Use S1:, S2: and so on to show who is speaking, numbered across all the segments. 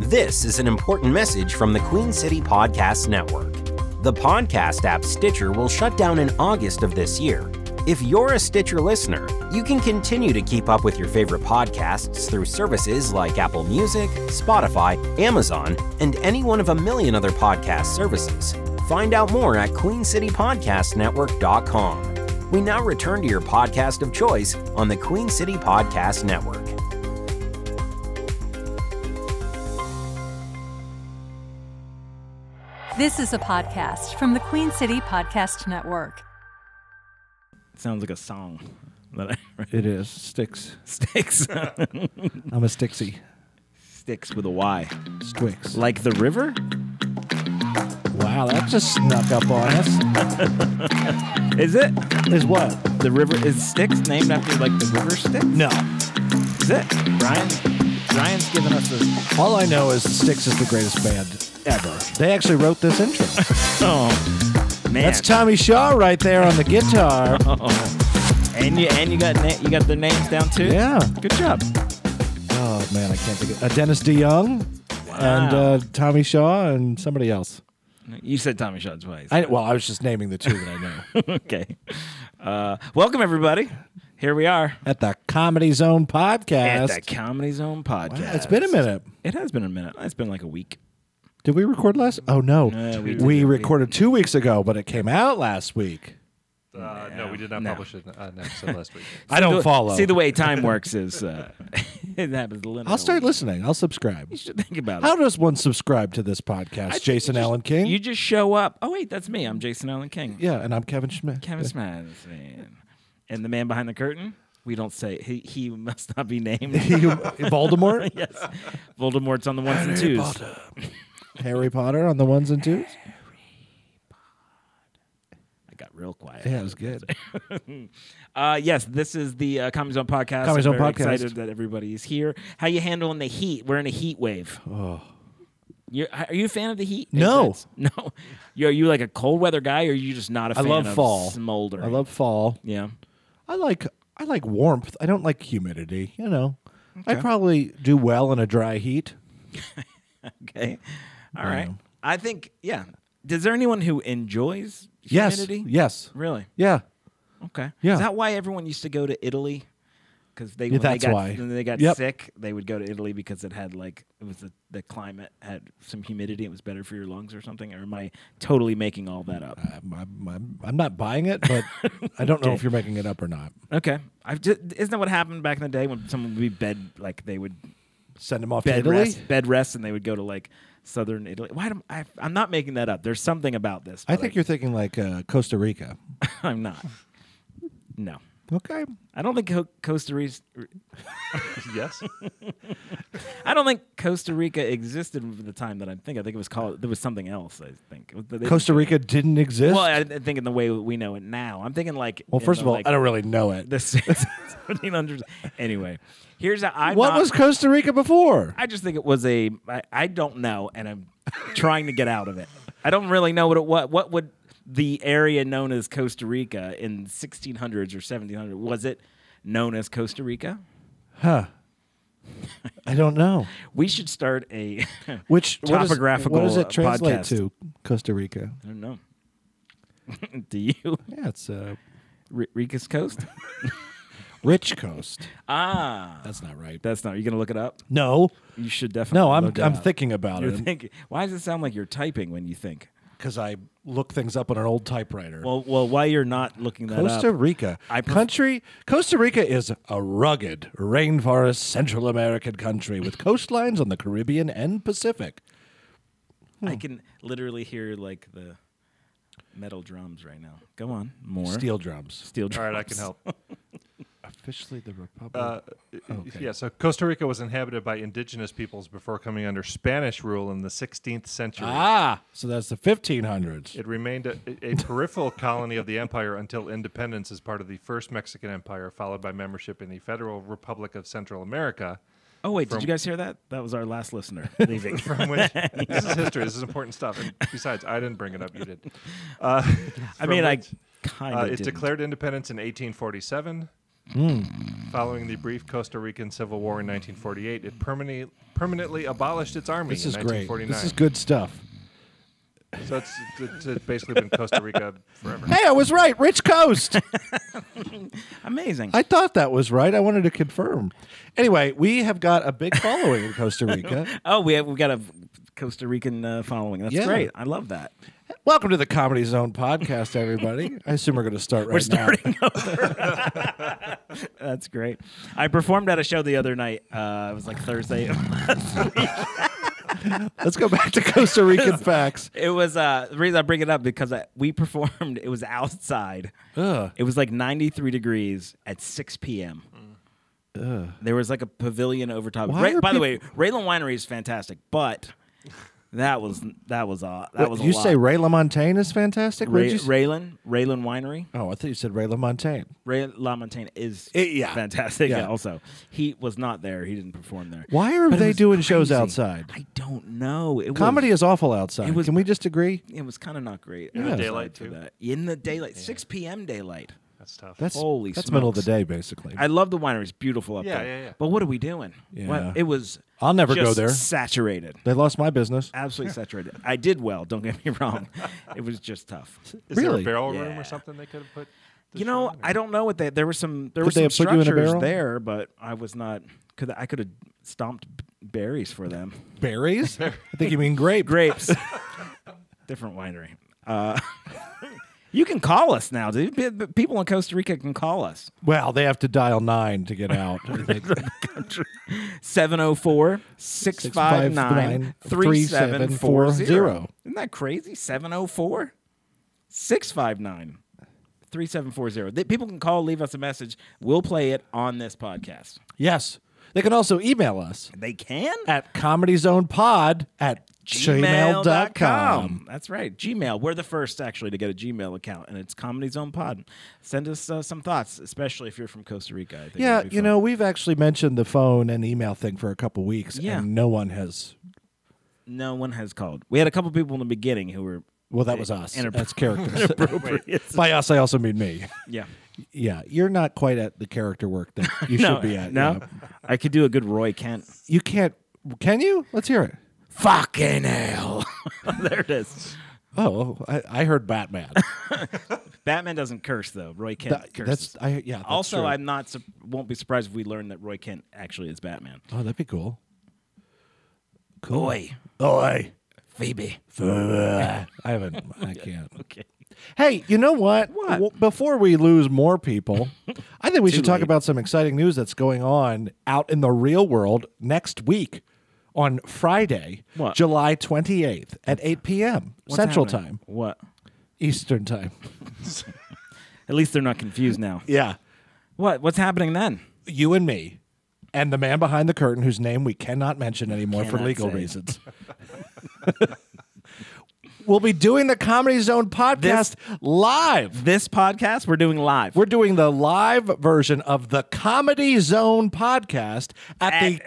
S1: This is an important message from the Queen City Podcast Network. The podcast app Stitcher will shut down in August of this year. If you're a Stitcher listener, you can continue to keep up with your favorite podcasts through services like Apple Music, Spotify, Amazon, and any one of a million other podcast services. Find out more at queencitypodcastnetwork.com. We now return to your podcast of choice on the Queen City Podcast Network.
S2: This is a podcast from the Queen City Podcast Network.
S3: Sounds like a song that I
S4: It is. Sticks.
S3: sticks
S4: I'm a Stixie.
S3: sticks with a Y,
S4: Sticks.
S3: like the river.
S4: Wow, that just snuck up on us.
S3: Is it
S4: Is what?
S3: the river? Is sticks named after like the river Styx?
S4: No.
S3: Is it Brian? Brian's giving us this.
S4: All I know is Sticks is the greatest band ever. They actually wrote this intro.
S3: Oh man,
S4: That's Tommy Shaw right there on the guitar.
S3: and you and you got na- you got their names down too.
S4: Yeah.
S3: good job.
S4: Oh man, I can't think of uh, Dennis DeYoung and uh, Tommy Shaw and somebody else.
S3: You said Tommy Shaw twice.
S4: I, well, I was just naming the two that I know.
S3: okay. Uh, welcome everybody. Here we are
S4: At the Comedy Zone
S3: at
S4: podcast.
S3: the Comedy Zone podcast.
S4: Wow, it's been a minute.
S3: It has been a minute. It's been like a week.
S4: Did we record last? Oh no,
S3: No, we
S4: we,
S3: didn't. We-
S4: recorded two weeks ago, but it came out last week.
S5: Uh, no, we did not
S3: No.
S5: publish it uh, an episode last week.
S4: I don't
S3: The-
S4: follow.
S3: See the way time works is uh, it happens. literally.
S4: I'll start listening. I'll subscribe.
S3: You should think about
S4: How
S3: it.
S4: does one subscribe to this podcast,
S3: I-
S4: Jason
S3: you just-
S4: Allen King?
S3: You just show up. Oh wait, that's me. I'm Jason Allen King.
S4: yeah, and I'm Kevin Schmidt.
S3: Kevin Smith, man, and the man behind the curtain. We don't say he. He must not be named.
S4: You- Voldemort, uh,
S3: yes, Voldemort's on the ones and twos.
S4: Harry Potter on the ones and twos.
S3: I got real quiet.
S4: Yeah, it was good.
S3: Uh, yes, this is the uh, Comedy Zone podcast.
S4: Comedy Zone
S3: I'm very
S4: podcast.
S3: Excited that everybody is here. How you handling the heat? We're in a heat wave. Oh. You're, are you a fan of the heat?
S4: No.
S3: Is that- no. You- Are you like a cold weather guy, or are you just not a
S4: I
S3: fan
S4: love
S3: of
S4: fall.
S3: smoldering?
S4: I love fall.
S3: Yeah.
S4: I like I like warmth. I don't like humidity. You know, I probably do well in a dry heat.
S3: Okay. All right. I think yeah. Is there anyone who enjoys humidity?
S4: Yes. Yes.
S3: Really?
S4: Yeah.
S3: Okay.
S4: Yeah.
S3: Is that why everyone used to go to Italy? Because they,
S4: Yeah,
S3: when
S4: that's
S3: they got,
S4: why.
S3: When they got
S4: Yep.
S3: sick, they would go to Italy because it had like it was the, the climate had some humidity. It was better for your lungs or something. Or am I totally making all that up?
S4: I'm, I'm, I'm, I'm not buying it, but I don't know if you're making it up or not.
S3: Okay. I've just, isn't that what happened back in the day when someone would be bed like they would
S4: Send him off
S3: bed
S4: to Italy.
S3: rest bed rest and they would go to like southern Italy. Why am I? I'm not making that up. There's something about this.
S4: I
S3: but
S4: think you're thinking like uh, Costa Rica.
S3: I'm not. No.
S4: Okay.
S3: I don't think Co- Costa Rica.
S5: yes.
S3: I don't think Costa Rica existed at the time that I think. I think it was called. There was something else. I think They-
S4: Costa Rica didn't exist.
S3: Well, I I think in the way we know it now. I'm thinking like.
S4: Well,
S3: in
S4: first
S3: the,
S4: of all,
S3: like,
S4: I don't really know it.
S3: The 1700s. Anyway, here's a, I'm
S4: what
S3: not-
S4: was Costa Rica before?
S3: I just think it was a. I, I don't know, and I'm trying to get out of it. I don't really know what it what what would the area known as Costa Rica in 1600s or 1700s was it known as Costa Rica?
S4: I don't know.
S3: We should start a. I
S4: Which what is-
S3: Topographical,
S4: What does
S3: uh,
S4: it translate
S3: podcast.
S4: to? Costa Rica.
S3: don't know. Do you?
S4: Yeah, it's uh,
S3: R- Ricus Coast?
S4: rich coast.
S3: ah,
S4: That's not right.
S3: that's not. You're gonna look it up.
S4: No,
S3: You should definitely.
S4: no, I'm
S3: look it
S4: I'm
S3: up.
S4: thinking about
S3: You're
S4: it
S3: thinking. Why does it sound like you're typing when you think?
S4: because I look things up on an old typewriter.
S3: Well, well, while you're not looking that
S4: Costa
S3: up,
S4: Rica,
S3: I pref-
S4: country. Costa Rica is a rugged rainforest Central American country with coastlines on the Caribbean and Pacific.
S3: I can literally hear like the metal drums right now. Go on, more
S4: Steel drums.
S3: steel drums.
S5: All right, I can help.
S4: Officially the Republic.
S5: Uh, Yeah, so Costa Rica was inhabited by indigenous peoples before coming under Spanish rule in the 16th century.
S4: ah, so that's the 1500s.
S5: It remained a, a peripheral colony of the empire until independence as part of the First Mexican Empire, followed by membership in the Federal Republic of Central America.
S3: Oh wait, did you guys hear that? That was our last listener leaving.
S5: From which this is history. This is important stuff. And besides, I didn't bring it up. You did. Uh,
S3: I mean, I
S5: which,
S3: kind
S5: Uh,
S3: of.
S5: it declared independence in 1847.
S4: Hmm.
S5: Following the brief Costa Rican Civil War in 1948, it permanently permanently abolished its army
S4: This
S5: in
S4: is great.
S5: 1949.
S4: This is good stuff.
S5: So it's, it's, it's basically been Costa Rica forever.
S4: Hey, I was right. Rich Coast.
S3: Amazing.
S4: I thought that was right. I wanted to confirm. Anyway, we have got a big following in Costa Rica.
S3: oh, we have, we got a Costa Rican uh, following. That's
S4: Yeah.
S3: great. I love that.
S4: Welcome to the Comedy Zone podcast, everybody. I assume we're going to start right
S3: We're
S4: now.
S3: starting over. That's great. I performed at a show the other night. Uh, it was like Thursday.
S4: Let's go back to Costa Rican facts.
S3: It was uh, the reason I bring it up because I, we performed. It was outside.
S4: Ugh.
S3: It was like 93 degrees at 6 p.m. There was like a pavilion over top.
S4: Why
S3: Ray,
S4: are
S3: by the way, Raylan Winery is fantastic, but that was that was uh, that was a
S4: you
S3: lot.
S4: say Ray LaMontagne is fantastic? What'd
S3: Ray,
S4: you say?
S3: Raylan Raylan Winery.
S4: oh, I thought you said Ray LaMontagne.
S3: Ray LaMontagne is
S4: Eh, yeah.
S3: fantastic.
S4: Yeah.
S3: Also, he was not there. He didn't perform there.
S4: Why are
S3: But it
S4: they
S3: was
S4: doing shows
S3: crazy.
S4: outside?
S3: I don't know. It
S4: Comedy
S3: was,
S4: is awful outside.
S3: It was-
S4: Can we just agree?
S3: It was kind of not great.
S5: the
S3: outside
S5: daylight,
S3: for
S5: too?
S3: that. In the daylight, 6 p.m. daylight.
S5: That's tough.
S4: That's
S3: Holy
S4: that's middle of the
S3: smokes.
S4: day, basically.
S3: I love the winery. It's beautiful up
S5: Yeah,
S3: there.
S5: yeah, yeah.
S3: But what are we doing?
S4: Yeah.
S3: What, it was.
S4: I'll never go
S3: just
S4: there.
S3: Saturated.
S4: they lost my business.
S3: Absolutely saturated. I did well. Don't get me wrong. it was just tough.
S5: is there
S4: really?
S5: a barrel room
S3: Yeah.
S5: or something they could have put? the
S3: You
S5: show
S3: know,
S5: in, or-
S3: I don't know what they. There were some. There
S4: Could they
S3: were some
S4: have put you in a
S3: structures
S4: barrel?
S3: there, but I was not. Could I could have stomped b- berries for them.
S4: Berries? I think you mean grape.
S3: grapes. Different winery. Uh, you can call us now, dude. P- p- People in Costa Rica can call us.
S4: Well, they have to dial nine to get out. I think.
S3: 704 659 3740.
S4: 3740.
S3: Isn't that crazy? 704 659 3740. Th- People can call, leave us a message. We'll play it on this podcast.
S4: yes. They can also email us
S3: They can?
S4: at comedyzonepod at gmail.com.
S3: gmail.com. That's right. Gmail. We're the first actually to get a Gmail account, and it's Comedy Zone Pod. Send us uh, some thoughts, especially if you're from Costa Rica. I think
S4: Yeah,
S3: it'd be
S4: you
S3: fun.
S4: know, we've actually mentioned the phone and email thing for a couple weeks,
S3: Yeah.
S4: and no one has.
S3: no one has called. We had a couple people in the beginning who were
S4: Well, that was us.
S3: Inappro-
S4: That's characters.
S3: inappropriate.
S4: By us, I also mean me.
S3: yeah,
S4: Yeah, you're not quite at the character work that you
S3: no,
S4: should be at.
S3: no.
S4: yeah.
S3: I could do a good Roy Kent.
S4: You can't. Can you? Let's hear it.
S3: Fucking hell! there it is.
S4: Oh, I, I heard Batman.
S3: Batman doesn't curse though. Roy Kent
S4: That-
S3: curses.
S4: that's I. Yeah. That's
S3: also,
S4: true.
S3: I'm not su- won't be surprised if we learn that Roy Kent actually is Batman.
S4: Oh, that'd be cool. Cool.
S3: Boy,
S4: Oi.
S3: Phoebe.
S4: I haven't. I can't.
S3: Okay.
S4: Hey, you know what?
S3: What?
S4: W- before we lose more people, I think we should talk
S3: late.
S4: about some exciting news that's going on out in the real world next week on Friday,
S3: What?
S4: July 28th at 8 p.m. Central Time,
S3: What?
S4: Eastern Time.
S3: At least they're not confused now.
S4: Yeah.
S3: What? What's happening then?
S4: You and me and the man behind the curtain whose name we cannot mention anymore for
S3: Cannot
S4: legal
S3: say.
S4: reasons. we'll be doing the Comedy Zone podcast live.
S3: This podcast we're doing live.
S4: We're doing the live version of the Comedy Zone podcast at, the
S3: At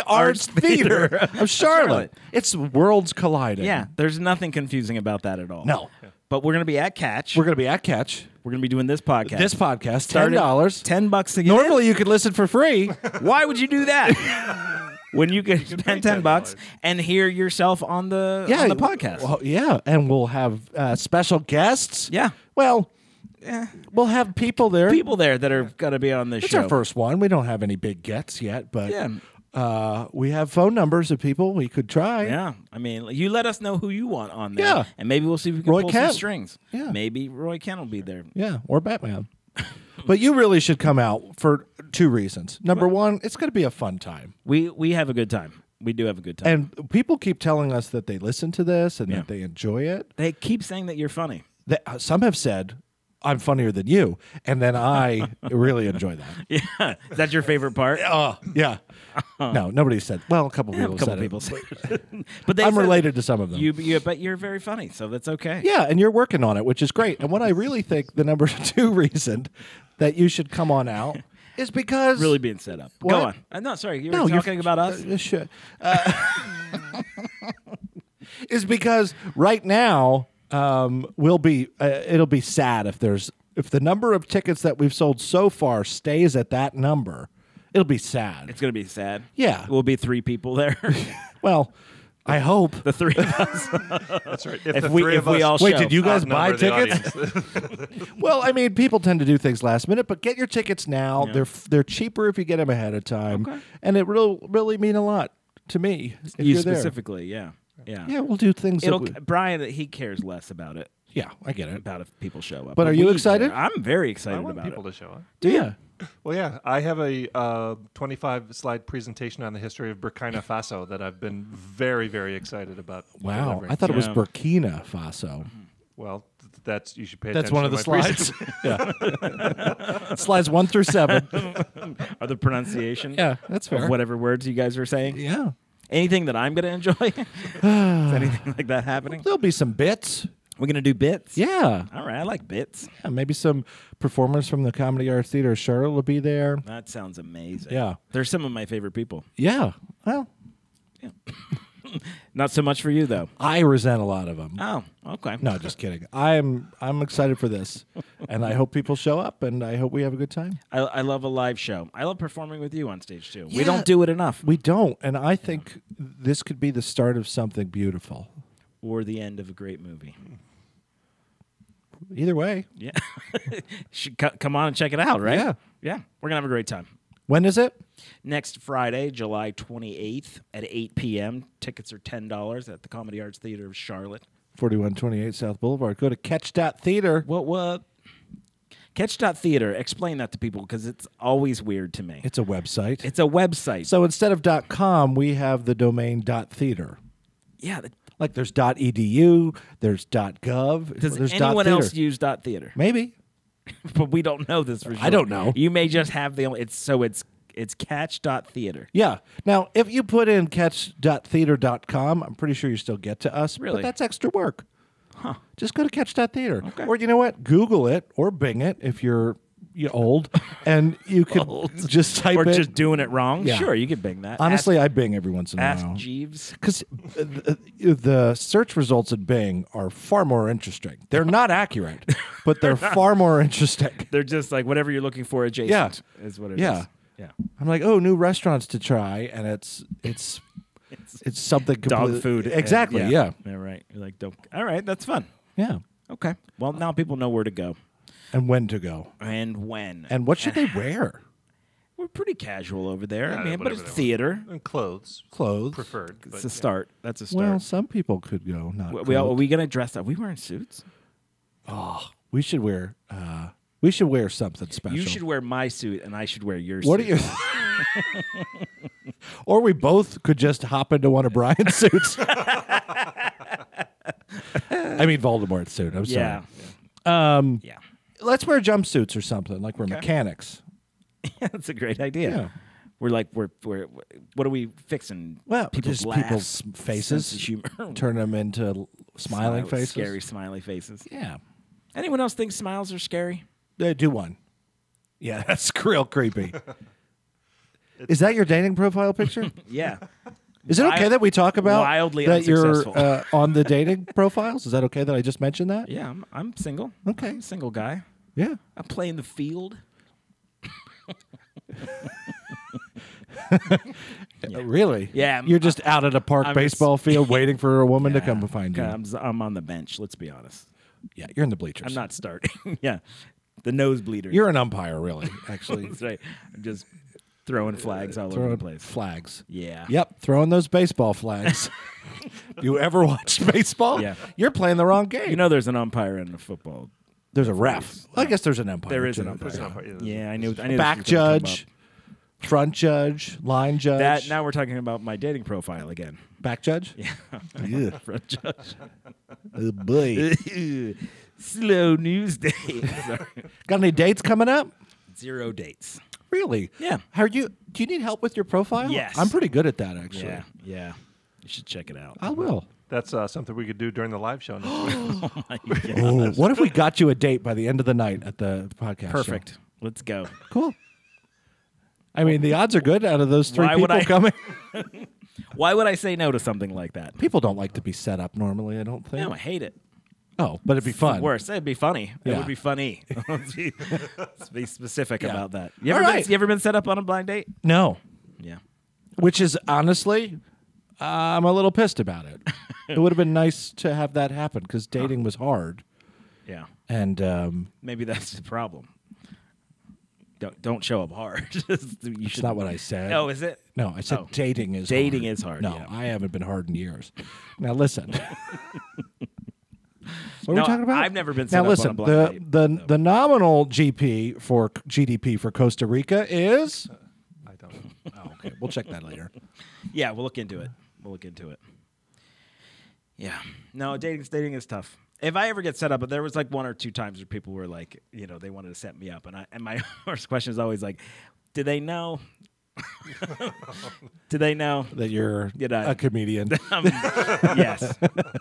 S3: Comedy
S4: Arts
S3: Arts
S4: Theater,
S3: Theater
S4: of Charlotte.
S3: Charlotte.
S4: It's worlds colliding.
S3: yeah, there's nothing confusing about that at all.
S4: No.
S3: But we're gonna be at Catch.
S4: We're
S3: We're,
S4: going to be at Catch.
S3: gonna be doing this podcast.
S4: This podcast, $10.
S3: Started- ten bucks a year.
S4: Normally, you could listen for free.
S3: Why would you do that? when you could
S5: pay
S3: spend ten bucks
S5: $10.
S3: and hear yourself on the on the podcast.
S4: Well, yeah. And we'll have uh, special guests.
S3: Yeah. Eh.
S4: Well, we'll have people there.
S3: People there that are gonna be on this
S4: It's
S3: show.
S4: our first one. We don't have any big gets yet, but
S3: Yeah.
S4: uh, we have phone numbers of people we could try.
S3: Yeah, I mean, you let us know who you want on there,
S4: Yeah.
S3: and maybe we'll see if we can
S4: Roy
S3: pull
S4: Kent.
S3: some strings.
S4: Yeah.
S3: maybe Roy Kent will be there.
S4: Yeah, or Batman. but you really should come out for two reasons. Number one, it's going to be a fun time.
S3: We we have a good time. We do have a good time.
S4: And people keep telling us that they listen to this and
S3: Yeah.
S4: that they enjoy it.
S3: they keep saying that you're funny.
S4: That uh, some have said, "I'm funnier than you," and then I really enjoy that.
S3: Yeah, is that your favorite part?
S4: Oh, yeah. No, nobody said. Well, a couple
S3: Yeah,
S4: people
S3: a couple
S4: said
S3: people
S4: it.
S3: said it. but they
S4: I'm
S3: said
S4: related to some of them.
S3: You, you, but you're very funny, so that's okay.
S4: yeah, and you're working on it, which is great. And what I really think the number two reason that you should come on out is because
S3: Really being set up.
S4: What?
S3: Go on. Uh, no, sorry. You were talking about us.
S4: Uh, sh- uh, is because right now um, we'll be uh, it'll be sad if there's If the number of tickets that we've sold so far stays at that number, it'll be sad.
S3: It's gonna be sad.
S4: Yeah.
S3: we'll be three people there.
S4: well, I hope.
S3: the three of us.
S5: That's right.
S3: If we- if we all
S4: Wait,
S3: show.
S4: did you guys buy
S5: outnumber the
S4: tickets?
S5: audience,
S4: Well, I mean, people tend to do things last minute, but get your tickets now. They're they're cheaper if you get them ahead of time, and it will really mean a lot to me. If
S3: you
S4: are
S3: specifically, yeah, yeah.
S4: there. yeah, we'll do things. that
S3: It'll
S4: we-
S3: Brian. He cares less about it.
S4: yeah, I get it.
S3: About if people show up.
S4: But are you
S3: we
S4: excited?
S3: care. I'm very
S5: I
S3: excited
S5: want
S3: about
S5: people
S3: it.
S5: to show up.
S4: Do you?
S5: Well, yeah, I have a uh, 25 slide presentation on the history of Burkina Faso that I've been very, very excited about.
S4: Wow,
S5: delivering.
S4: I thought it was
S3: Yeah.
S4: Burkina Faso.
S5: Well, th- that's you should pay.
S4: Mm-hmm. That's
S5: attention
S4: one of
S5: to
S4: the
S5: my
S4: slides. yeah, slides one through seven.
S3: Are the pronunciation?
S4: Yeah, that's fair.
S3: Of whatever words you guys are saying.
S4: Yeah,
S3: Anything that I'm gonna enjoy. Is anything like that happening?
S4: there'll be some bits.
S3: We're gonna do bits.
S4: Yeah,
S3: All right, I like bits.
S4: yeah maybe some performers from the Comedy Arts Theater. Charlotte will be there.
S3: That sounds amazing.
S4: Yeah.
S3: they're some of my favorite people.
S4: Yeah, well,
S3: Not so much for you though.
S4: I resent a lot of them.
S3: Oh, okay.
S4: No, just kidding. I'm I'm excited for this, and I hope people show up, and I hope we have a good time.
S3: I, I love a live show. I love performing with you on stage too. We
S4: Yeah.
S3: don't do it enough.
S4: We don't, and I think this could be the start of something beautiful.
S3: or the end of a great movie.
S4: Either way,
S3: Yeah. Should co- come on and check it out, right?
S4: Yeah.
S3: Yeah. We're going to have a great time.
S4: when is it?
S3: Next Friday, July 28th at 8 p.m. Tickets are $10 at the Comedy Arts Theater of Charlotte.
S4: Forty-one twenty-eight South Boulevard. Go to Catch Dot Theater.
S3: What, what? uh, Catch Dot Theater. Explain that to people because it's always weird to me.
S4: It's a website.
S3: It's a website.
S4: so instead of dot .com, we have the domain dot .theater.
S3: yeah. th-
S4: Like there's dot .edu, there's dot .gov.
S3: Does
S4: there's dot
S3: anyone
S4: theater.
S3: else use Dot Theater?
S4: Maybe.
S3: But we don't know this for sure.
S4: I don't know.
S3: You may just have the only. It's so it's it's Catch Dot Theater.
S4: Yeah. Now, if you put in catch.theater.com, I'm pretty sure you still get to us.
S3: Really?
S4: But that's extra work. Huh. Just go to catch.theater. Okay. Or you know what? Google it or Bing it if you're you old and you could just type
S3: Or
S4: it.
S3: just doing it wrong.
S4: Yeah.
S3: Sure, you can bing that.
S4: Honestly, I Bing every once in a
S3: ask, ask
S4: while.
S3: Jeeves.
S4: Because the, the search results in Bing are far more interesting. They're not accurate, but they're far more interesting.
S3: They're just like whatever you're looking for adjacent
S4: Yeah.
S3: is what it is.
S4: Yeah.
S3: Yeah.
S4: I'm like, oh, new restaurants to try, and it's it's it's, something completely-
S3: Dog food. and-
S4: Exactly. yeah.
S3: yeah. Right. You're like, dope. All right. That's fun.
S4: Yeah.
S3: Okay. Well, now people know where to go
S4: And when to go.
S3: and when.
S4: And what should they wear?
S3: we're pretty casual over there. I
S5: Yeah,
S3: mean, but
S5: whatever
S3: it's
S5: they want.
S3: theater.
S5: priest. and clothes
S4: Clothes.
S5: preferred. but
S3: It's a
S5: yeah.
S3: start. That's a
S4: Well,
S3: start.
S4: some people could go not.
S3: W-
S4: clothed.
S3: we,
S4: We,
S3: are we gonna dress up? We wearing suits?
S4: should wear. Uh, we should wear something special.
S3: You should wear my suit, and I should wear your
S4: What are
S3: suit.
S4: your? or we both could just hop into one of Brian's suits. I mean Voldemort's suit. I'm
S3: Yeah.
S4: sorry. Um,
S3: Yeah.
S4: let's wear jumpsuits or something like we're mechanics.
S3: that's a great idea.
S4: Yeah.
S3: We're like we're we're what are we fixing?
S4: Well,
S3: people's
S4: just
S3: laughs,
S4: people's faces,
S3: sense of humor,
S4: Turn them into l- smiling
S3: Smile-
S4: faces.
S3: scary smiley faces.
S4: Yeah.
S3: Anyone else think smiles are scary?
S4: Uh, do one. Yeah, that's real creepy. Is that your dating profile picture?
S3: Yeah.
S4: Is it okay
S3: Wild-
S4: that we talk about
S3: wildly
S4: that you're
S3: unsuccessful.
S4: uh, on the dating profiles? Is that okay that I just mentioned that?
S3: yeah, I'm, I'm single.
S4: Okay.
S3: I'm a single guy.
S4: Yeah.
S3: I play in the field.
S4: Uh, really?
S3: Yeah, I'm-
S4: You're just out at a park
S3: I'm
S4: baseball field waiting for a woman to
S3: Yeah.
S4: come and find you.
S3: God, Uh, I'm, s- I'm on the bench, let's be honest.
S4: yeah, you're in the bleachers.
S3: I'm not starting. yeah. The nose bleeder.
S4: You're an umpire, really, actually.
S3: That's right. I'm just throwing flags all over
S4: throwing
S3: the place.
S4: flags.
S3: Yeah.
S4: Yep, throwing those baseball flags. you ever watched baseball?
S3: Yeah.
S4: You're playing the wrong game.
S3: You know there's an umpire in the football.
S4: there's a ref. I guess there's an umpire.
S3: There is
S4: too,
S3: an
S4: but-
S3: umpire.
S5: It's not- yeah,
S3: Yeah, I knew I knew
S4: back
S3: this was gonna come
S4: judge,
S3: up.
S4: front judge, line judge,
S3: That now we're talking about my dating profile again.
S4: back judge. Yeah.
S3: Front judge.
S4: Oh boy.
S3: Slow news day. Sorry.
S4: Got any dates coming up?
S3: Zero dates.
S4: Really?
S3: Yeah.
S4: How are you? Do you need help with your profile?
S3: Yes.
S4: I'm pretty good at that actually.
S3: Yeah. Yeah. You should check it out.
S4: I will.
S5: That's uh, something we could do during the live show. Next week.
S4: Oh, what if we got you a date by the end of the night at the podcast? show?
S3: Perfect. Let's go.
S4: Cool. I mean, the odds are good out of those three
S3: Why would
S4: people
S3: I-
S4: coming.
S3: Why would I say no to something like that?
S4: People don't like to be set up normally. I don't think.
S3: No, I hate it.
S4: Oh, but it'd be fun.
S3: Worse, it'd be funny. It
S4: Yeah.
S3: would be funny. let's, be, let's be specific about that. You
S4: All
S3: ever, been,
S4: right.
S3: you ever been set up on a blind date?
S4: No,
S3: Yeah.
S4: which is honestly, uh, I'm a little pissed about it. it would have been nice to have that happen because dating was hard,
S3: Yeah.
S4: and um,
S3: Maybe that's the problem. Don't don't show up hard. Just- you
S4: it's
S3: should.
S4: not what I said.
S3: Oh, is it?
S4: No, I said
S3: Oh.
S4: dating is
S3: Dating
S4: hard.
S3: is hard,
S4: No,
S3: yeah.
S4: I haven't been hard in years. Now listen. What are
S3: No,
S4: we talking about?
S3: I've never been set
S4: Now
S3: up on a
S4: listen,
S3: blind
S4: the
S3: date,
S4: the the nominal GP for GDP for Costa Rica is.
S5: I don't know.
S4: Oh, okay, we'll check that later.
S3: Yeah, we'll look into it. We'll look into it. Yeah. No, dating dating is tough. If I ever get set up, but there was like one or two times where people were like, you know, they wanted to set me up, and I and my first question is always like, do they know? do they know?
S4: That you're
S3: Did I-
S4: a comedian.
S3: Um, yes,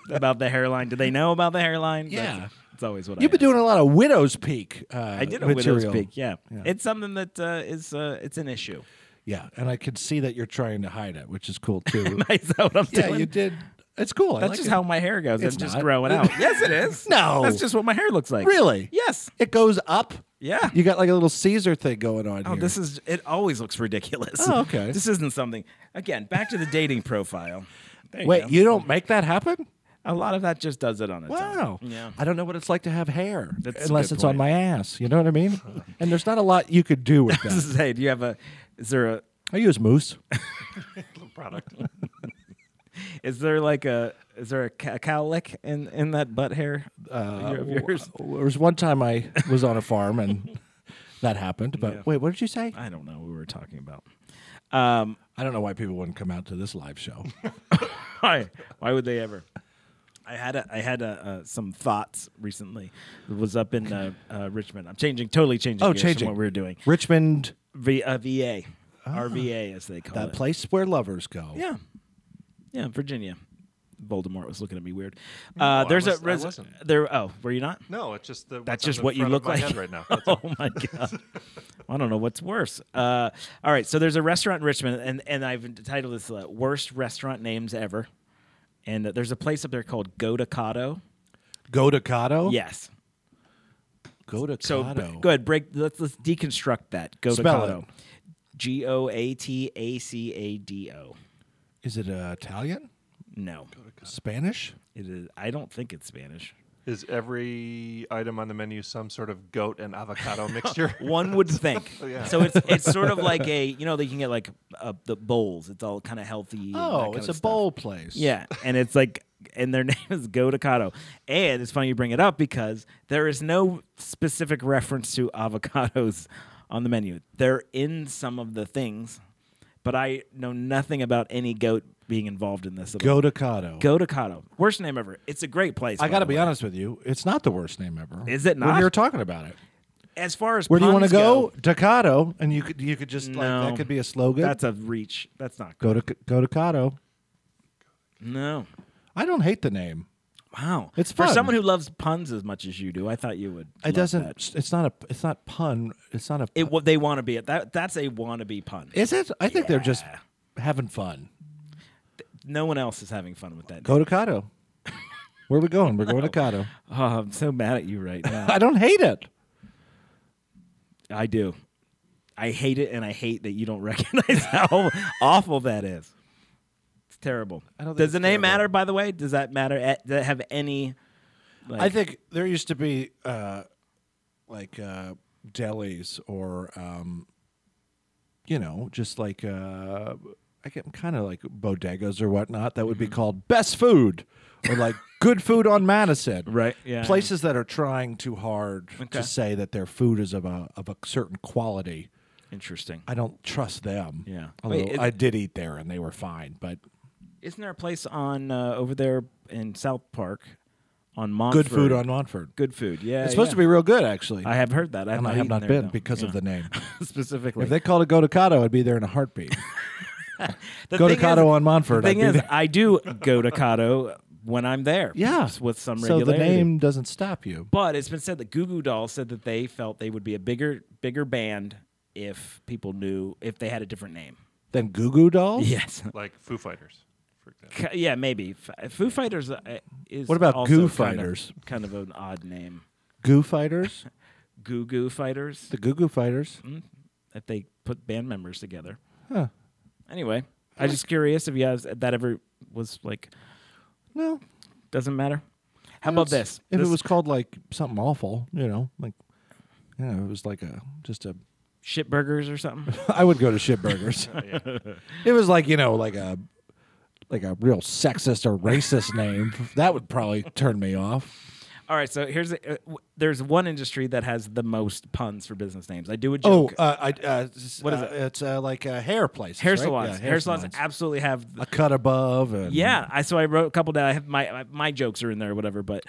S3: about the hairline. Do they know about the hairline?
S4: Yeah.
S3: That's- it's always what I
S4: You've been
S3: ask.
S4: doing a lot of widow's peak. Uh,
S3: I did a
S4: material.
S3: widow's peak. Yeah.
S4: Yeah.
S3: it's something that uh, is uh, it's an issue.
S4: Yeah, and I could see that you're trying to hide it, which is cool too.
S3: Is that what I'm
S4: yeah,
S3: doing?
S4: you did. It's cool. I
S3: That's
S4: like
S3: just
S4: it.
S3: how my hair goes.
S4: It's
S3: I'm just
S4: not.
S3: growing out. yes, it is.
S4: No.
S3: that's just what my hair looks like.
S4: Really?
S3: Yes.
S4: it goes up.
S3: Yeah.
S4: you got like a little Caesar thing going on
S3: Oh,
S4: here.
S3: this is it. Always looks ridiculous.
S4: Oh, okay.
S3: This isn't something. Again, back to the dating profile. There you
S4: Wait,
S3: go.
S4: you don't make that happen?
S3: a lot of that just does it on its own.
S4: Wow.
S3: Yeah.
S4: I don't know what it's like to have hair
S3: That's a
S4: unless
S3: good
S4: it's on
S3: point.
S4: my ass. You know what I mean? and there's not a lot you could do with
S3: This
S4: that.
S3: is, hey, do you have a? Is there a?
S4: I use mousse.
S5: Product.
S3: Is there like a? Is there a, ca- cowlick in in that butt hair uh, of yours?
S4: There was one time I was on a farm and that happened. But
S3: Yeah.
S4: wait, what did you say?
S3: I don't know what we were talking about. Um,
S4: I don't know why people wouldn't come out to this live show.
S3: why? Why would they ever? I had a, I had a, uh, some thoughts recently. It was up in uh, uh, Richmond. I'm changing, totally changing.
S4: Oh,
S3: gears from
S4: changing.
S3: what we were doing.
S4: Richmond,
S3: V, uh, VA,
S5: Ah.
S3: RVA as they call
S4: that
S3: it.
S4: place where lovers go.
S3: Yeah, yeah, Virginia. Voldemort was looking at me weird. Uh,
S5: No, I
S3: there's
S5: was-
S3: a
S5: I
S3: res-
S5: wasn't.
S3: there. Oh, were you not?
S5: No, it's just the. what's
S3: That's
S5: on
S3: just
S5: the
S3: what you
S5: front of
S3: look
S5: my
S3: like
S5: head right now. That's all.
S3: oh my god! I don't know what's worse. Uh, all right, so there's a restaurant in Richmond, and and I've entitled this uh, "Worst Restaurant Names Ever," and uh, there's a place up there called Godicado.
S4: Go to Cotto?
S3: Yes.
S4: Go to
S3: So b-
S4: Cotto.
S3: go ahead, break. Let's let's deconstruct that.
S4: Spell
S3: Godicado.
S4: it.
S3: G O A T A C A D O.
S4: Is it uh, Italian?
S3: No,
S4: Spanish?
S3: it is. I don't think it's Spanish.
S5: Is every item on the menu some sort of goat and avocado mixture?
S3: One would think.
S5: Oh, Yeah.
S3: So it's it's sort of like a you know that you can get like uh, the bowls. It's all kind of healthy. and that
S4: Oh,
S3: kind
S4: it's
S3: of
S4: a
S3: stuff.
S4: bowl place.
S3: Yeah, and it's like, and their name is Godicado. And it's funny you bring it up because there is no specific reference to avocados on the menu. They're in some of the things, but I know nothing about any goat being involved in this. at all.
S4: Go to Cotto.
S3: Godicado, worst name ever. It's a great place.
S4: I
S3: by
S4: got to
S3: the
S4: be
S3: way.
S4: honest with you. It's not the worst name ever.
S3: Is it
S4: When
S3: not?
S4: we were talking about it.
S3: As far as
S4: Where do you want
S3: puns
S4: to go? Tocado, and you could you could just like
S3: No.
S4: that could be a slogan.
S3: That's a reach. That's not good.
S4: go to go to Cotto.
S3: No.
S4: I don't hate the name.
S3: Wow,
S4: It's
S3: for
S4: fun.
S3: someone who loves puns as much as you do. I thought you would.
S4: It
S3: love
S4: doesn't.
S3: That.
S4: It's not a. It's not pun. It's not a.
S3: It what they want to be. That that's a wannabe pun.
S4: Is it? I think they're just having fun.
S3: no one else is having fun with that.
S4: Go to Cotto. Where are we going? We're going to Cotto.
S3: Oh, I'm so mad at you right now.
S4: I don't hate it.
S3: I do. I hate it, and I hate that you don't recognize how awful that is. It's terrible.
S4: I don't think
S3: Does
S4: it's
S3: the name
S4: terrible.
S3: matter? By the way, does that matter? Eh, Does that have any? Like,
S4: I think there used to be uh, like uh, delis or um, you know just like uh, I get kind of like bodegas or whatnot that would
S3: Mm-hmm.
S4: be called best food or like good food on Madison,
S3: Right, yeah.
S4: Places that are trying too hard
S3: Okay.
S4: to say that their food is of a of a certain quality.
S3: interesting.
S4: I don't trust them.
S3: Yeah.
S4: although
S3: Wait, it-
S4: I did eat there and they were fine, but
S3: Isn't there a place on uh, over there in South Park on Montford?
S4: good food on Montford.
S3: Good food. Yeah,
S4: it's supposed to be real good, actually.
S3: I have heard that. I have
S4: and
S3: not,
S4: I have
S3: eaten
S4: not
S3: there,
S4: been
S3: though.
S4: because of
S3: Yeah.
S4: the name.
S3: specifically.
S4: If they called it Go to Cotto, I'd be there in a heartbeat.
S3: The
S4: Go to
S3: thing is-
S4: Cotto on Montford,
S3: The thing
S4: I'd
S3: is,
S4: be
S3: I do go to Cotto when I'm there.
S4: yeah,
S3: s- with some
S4: So the
S3: regularity.
S4: name doesn't stop you.
S3: But it's been said that Goo Goo Dolls said that they felt they would be a bigger bigger band if people knew if they had a different name.
S4: Then Goo Goo Dolls.
S3: Yes.
S5: like Foo Fighters. for example.
S3: K- Yeah, maybe. F- Foo Fighters uh, is.
S4: What about
S3: also
S4: Goo
S3: kind of-
S4: Fighters?
S3: Kind of, an odd name.
S4: Goo Fighters,
S3: Goo Goo Fighters.
S4: the Goo Goo Fighters.
S3: Mm. That they put band members together.
S4: Huh.
S3: Anyway, I was just curious if you guys that ever was like
S4: No,
S3: doesn't matter. How about
S4: It's-
S3: this?
S4: If
S3: This
S4: it was called like something awful, you know, like you know, it was like a just a.
S3: shit burgers or something.
S4: I would go to Shitburgers.
S3: Oh,
S4: It was like you know, like a like a real sexist or racist name. That would probably turn me off.
S3: All right, so here's a, uh, w- there's one industry that has the most puns for business names. I do a
S4: Oh,
S3: joke.
S4: uh, I, uh,
S3: What is
S4: uh,
S3: it?
S4: It's uh, like a hair place.
S3: hair salons. hair, salons, absolutely have.
S4: a cut above. And
S3: yeah, I so I wrote a couple that I have my my- my jokes are in there or whatever, but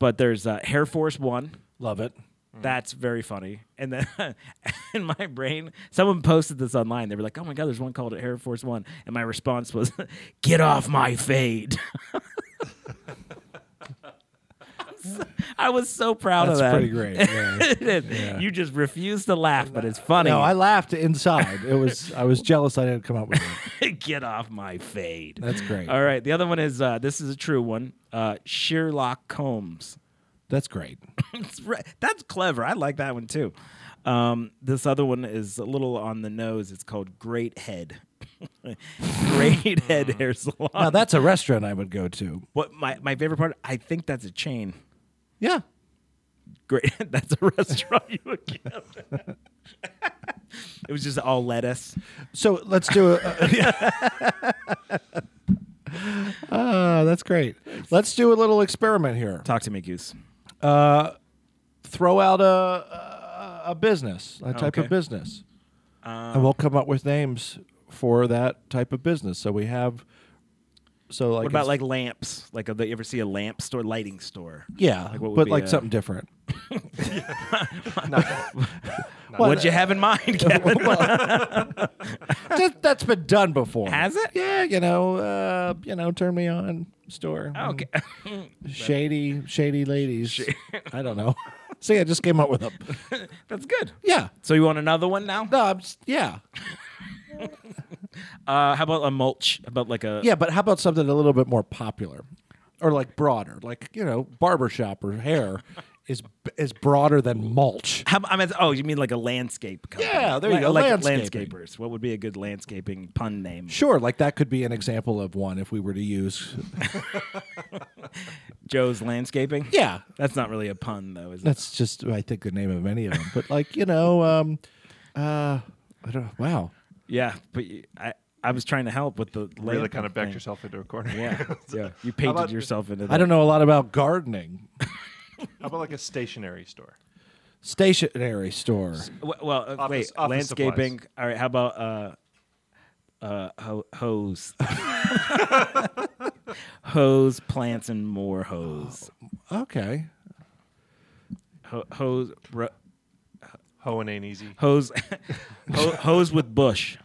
S3: but there's uh, Hair Force One.
S4: love it.
S3: That's very funny. And then in my brain, someone posted this online. They were like, "Oh my god, there's one called Air Force One," and my response was, "Get off my fade." I was so proud
S4: That's
S3: of that.
S4: pretty great. yeah.
S3: It is. You just refuse to laugh, but it's funny.
S4: No, I laughed inside. It was I was jealous I didn't come up with it.
S3: Get off my fade.
S4: That's great.
S3: All right. The other one is uh, this is a true one. Uh, Sherlock Holmes.
S4: That's great.
S3: That's re- That's clever. I like that one too. Um, this other one is a little on the nose. It's called Great Head. Great Head Hair Salon.
S4: Now that's a restaurant I would go to.
S3: what my, my favorite part? I think that's a chain.
S4: Yeah.
S3: Great. that's a restaurant you would get. it was just all lettuce.
S4: So let's do a. Ah, that's great. Let's do a little experiment here.
S3: Talk to me, Goose.
S4: Throw out a a, a business, a type
S3: Okay. Um,
S4: of business, and we'll come up with names for that type of business. So we have. So like
S3: What about
S4: it's-
S3: like lamps? Like, uh, you ever see a lamp store, lighting store?
S4: yeah,
S3: like what would
S4: but
S3: be
S4: like
S3: a-
S4: something different.
S3: What'd you have in mind, Kevin?
S4: that, that's been done before.
S3: Has it?
S4: Yeah, you know, uh, you know, turn me on store.
S3: Oh, okay.
S4: shady, shady ladies. I don't know. See, I just came up with a.
S3: That's good.
S4: Yeah.
S3: So you want another one now?
S4: No, I'm s yeah,
S3: Uh, how about a mulch? How about like a
S4: yeah. But how about something a little bit more popular, or like broader, like you know, barbershop or hair is is broader than mulch.
S3: How, I mean, oh, you mean like a landscape company?
S4: Yeah, there you go,
S3: Like
S4: landscaping.
S3: landscapers. What would be a good landscaping pun name?
S4: Sure, like that could be an example of one if we were to use.
S3: Joe's Landscaping.
S4: Yeah,
S3: that's not really a pun though, is it?
S4: that's just I think the name of any of them. But like you know, um, uh, I don't. Wow,
S3: Yeah, but you, I I was trying to help with the
S5: Really
S3: lamp
S5: kind of backed
S3: thing.
S5: yourself into a corner.
S3: Yeah, yeah. You painted
S5: about-
S3: yourself into. That.
S4: I don't know a lot about gardening.
S5: How about like a stationary store?
S4: Stationary store.
S3: W- Well, uh, wait.
S5: Office- office supplies.
S3: landscaping. All right. How about uh, uh, ho- hose, hose, plants, and more hose,
S4: Okay.
S3: ho- hose, ro-
S5: Ho and ain't easy.
S3: hose, ho- hose with bush.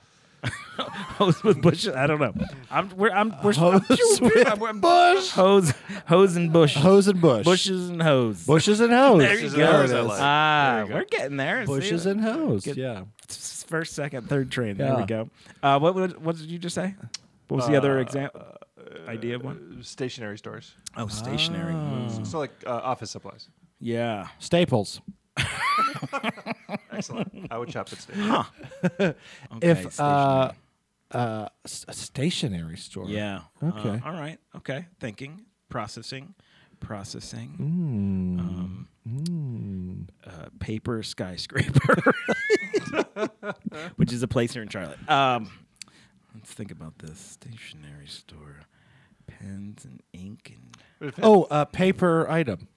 S3: hose with bush. I don't know. I'm we're I'm we're
S4: Hose with bush.
S3: hose hose and bush.
S4: Hose and bush.
S3: bushes and hose.
S4: Bushes and hose.
S3: There you
S5: Bushes
S3: go.
S5: and hose, I like.
S3: Ah,
S5: There you go.
S3: we're getting there. See,
S4: Bushes and hose. Yeah.
S3: first, second, third train. There
S4: Yeah.
S3: we go. Uh, what, what what did you just say? What was the other example? idea of one?
S5: Stationary stores.
S3: uh, Oh, stationary.
S5: So, so like uh, office supplies.
S3: Yeah.
S4: Staples.
S5: Excellent. I would shop at Staples.
S3: Okay,
S4: if uh, uh, s- a stationary store.
S3: Yeah.
S4: Okay.
S3: Uh, all right. Okay. Thinking, processing, processing. Um, Uh, paper skyscraper, which is a place here in Charlotte. Um, let's think about this stationery store, pens and ink and
S5: But if-
S4: Oh, a paper item.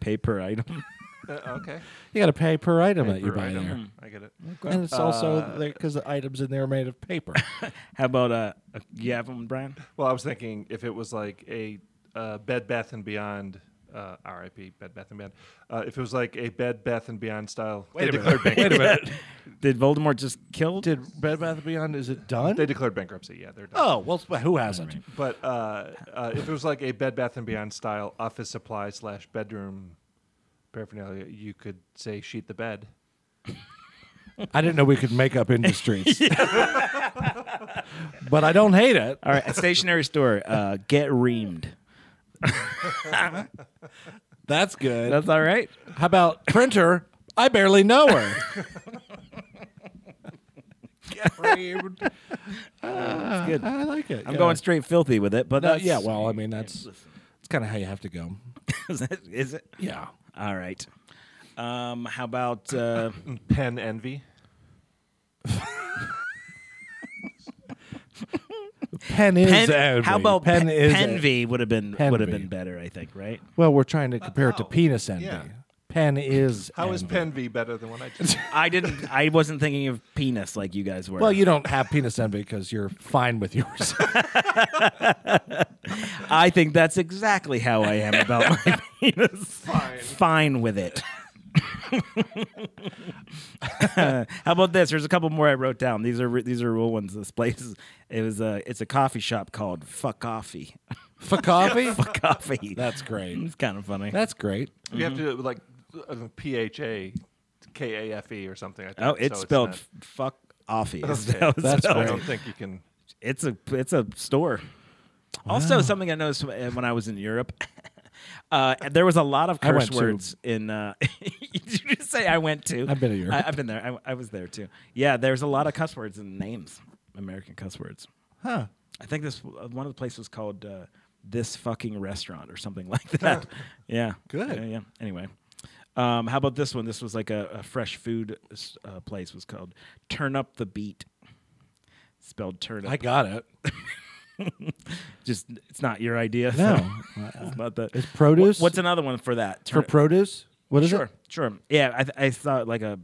S3: paper item.
S5: uh, okay.
S4: You got a pay per item that you
S5: Paper
S4: buy
S5: item. Hmm.
S4: there.
S5: I get it.
S4: And it's also because the items in there are made of paper.
S3: How about uh, a, you have one, Brian?
S5: Well, I was thinking if it was like a uh, Bed Bath and Beyond, uh, R.I.P. Bed Bath and Beyond. Uh, if it was like a Bed Bath and Beyond style, they declared bankruptcy.
S3: Did Voldemort just kill?
S4: Did Bed Bath and Beyond, is it done?
S5: They declared bankruptcy. Yeah, they're done.
S4: oh, well, who hasn't?
S5: But uh, uh, if it was like a Bed Bath and Beyond style office supply slash bedroom paraphernalia, you could say sheet the bed.
S4: I didn't know we could make up industries. but I don't hate it.
S3: All right, a stationary store. Uh, get reamed.
S4: That's good.
S3: That's all right.
S4: How about printer? I barely know her.
S3: That's good.
S4: I like it.
S3: I'm
S4: yeah.
S3: going straight filthy with it, but
S4: No,
S3: that's,
S4: uh, yeah, well, I mean, that's that's kind of how you have to go.
S3: is it- is it?
S4: Yeah.
S3: All right. Um, how about uh,
S5: Pen envy.
S4: Pen is
S3: pen,
S4: envy.
S3: How about
S4: pen
S3: pen?
S4: is
S3: Penvy would have been
S4: Pen
S3: would have
S4: V.
S3: been better, I think. Right?
S4: Well, we're trying to compare it to
S5: oh,
S4: penis envy.
S5: yeah.
S4: Pen is
S5: How is
S4: envy.
S5: penvy better than what I just?
S3: I didn't. I wasn't thinking of penis like you guys were.
S4: Well, you don't have penis envy because you're fine with yours.
S3: I think that's exactly how I am about my penis. Fine, with it. how about this? There's a couple more I wrote down. These are re- these are real ones. This place is it was a it's a coffee shop called Fuck Coffee.
S4: For coffee?
S3: Fuck Coffee.
S4: That's great.
S3: it's kind of funny.
S4: That's great.
S5: You have to do it with like uh, P H A K A F E or something. I think,
S3: oh, it's
S5: so
S3: spelled
S5: not-
S3: Fuck Offy.
S5: Okay,
S4: that's
S5: I
S4: great.
S5: don't think you can.
S3: it's a it's a store. Also, something I noticed wh- when I was in Europe, uh, there was a lot of
S4: I
S3: curse
S4: went to-
S3: words in. Uh, did you just say I went to?
S4: I've been to Europe.
S3: I, have been there. I, I was there too. Yeah, there's a lot of cuss words and names, American cuss words.
S4: Huh.
S3: I think this one of the places was called uh, this fucking restaurant or something like that. yeah.
S4: Good.
S3: Yeah. yeah. Anyway, um, how about this one? This was like a, a fresh food s- uh, place. Was called Turn Up the Beat. Spelled turn up.
S4: I got it.
S3: Just it's not your idea.
S4: No.
S3: so it's not that.
S4: Is produce?
S3: Wha- what's another one for that?
S4: For
S3: Turn-
S4: produce? What is
S3: sure,
S4: it?
S3: sure. Yeah, I, th- I saw it like a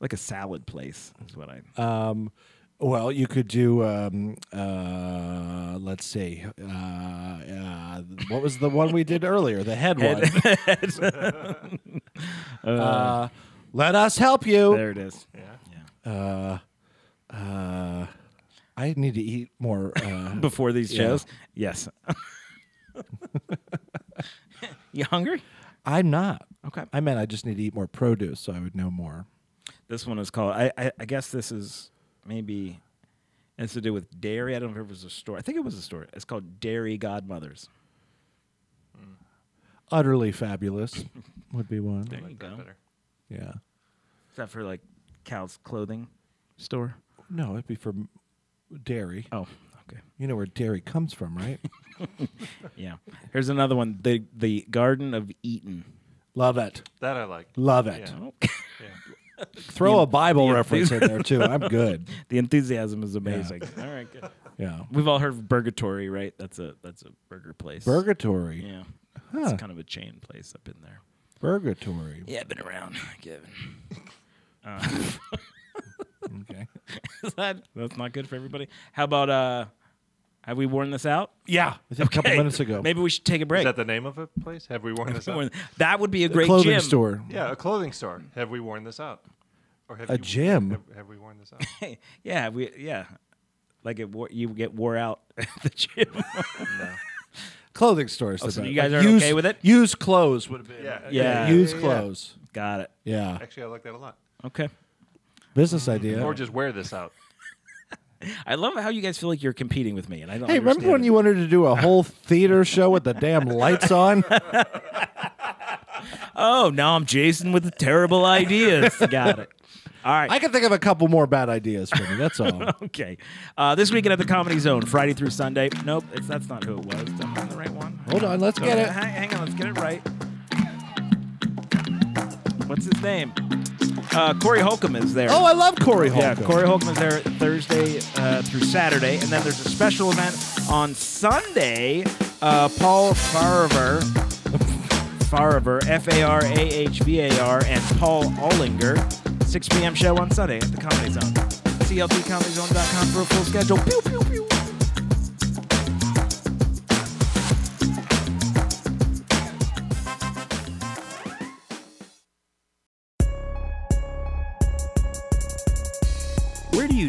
S3: like a salad place. Is what I.
S4: Um, well, you could do. Um, uh, let's see. Uh, uh, what was the one we did earlier? The head, one. uh, let us help you.
S3: there it is.
S5: Yeah.
S4: Uh, I need to eat more. Uh,
S3: Before these
S4: Yeah.
S3: shows, yes. you hungry?
S4: I'm not.
S3: Okay.
S4: I meant I just need to eat more produce, so I would know more.
S3: This one is called. I, I I guess this is maybe it's to do with dairy. I don't know if it was a store. I think it was a store. It's called Dairy Godmothers.
S4: Utterly fabulous would be one.
S3: There you go.
S5: Better.
S4: Yeah.
S3: Is that for like cow's clothing store?
S4: No, it'd be for m- dairy.
S3: Oh, okay.
S4: You know where dairy comes from, right?
S3: Yeah. Here's another one. The the Garden of Eden. Oh,
S4: Love it.
S5: That I like.
S4: Love it.
S5: Yeah.
S4: Throw a Bible
S3: the-
S4: reference in there too. I'm good.
S3: the enthusiasm is amazing. All right, good.
S4: Yeah.
S3: We've all heard of Burgatory, right? That's a that's a burger place.
S4: Burgatory.
S3: Yeah.
S4: Huh.
S3: It's kind of a chain place up in there.
S4: Burgatory.
S3: Yeah, I've been around, Kevin.
S4: Okay.
S3: Is that that's not good for everybody? How about uh have we worn this out?
S4: Yeah. A couple
S3: Okay.
S4: minutes ago.
S3: Maybe we should take a
S5: Is
S3: break.
S5: that the name of a place? Have we worn this out?
S3: That would be a great
S4: clothing
S3: gym.
S4: store.
S5: Yeah, a clothing store. Have we worn this out? Or have
S4: A
S5: you-
S4: gym.
S5: Have, have we worn this out?
S3: yeah, we yeah. Like it wore, you get wore out at the gym.
S4: Clothing stores.
S3: Oh, so you guys aren't okay with it?
S4: Use clothes would have been.
S5: Yeah.
S3: Yeah.
S4: Use
S5: yeah, yeah.
S4: clothes.
S3: Got it.
S4: Yeah.
S5: Actually, I like that a lot.
S3: Okay.
S4: Business idea.
S5: Or just wear this out.
S3: I love how you guys feel like you're competing with me, and I don't.
S4: Hey, remember
S3: understand
S4: when
S3: it.
S4: you wanted to do a whole theater show with the damn lights on?
S3: Oh, now I'm Jason with the terrible ideas. Got it. All right.
S4: I can think of a couple more bad ideas for you. That's all.
S3: okay. Uh, this weekend at the Comedy Zone, Friday through Sunday. Nope, it's, that's not who it was. Am I on the right one?
S4: Hold on, let's get
S3: Hang,
S4: it.
S3: hang on, let's get it right. What's his name? Uh, Corey Holcomb is there.
S4: Oh, I love Corey
S3: Yeah,
S4: Holcomb.
S3: Corey Holcomb is there Thursday uh, through Saturday, and then there's a special event on Sunday. Uh, Paul Farver, Farver, F A R A H V A R, and Paul Ollinger, 6 p.m. show on Sunday at the Comedy Zone. CLTComedyZone.com for a full schedule. Pew, pew, pew.
S6: Where do you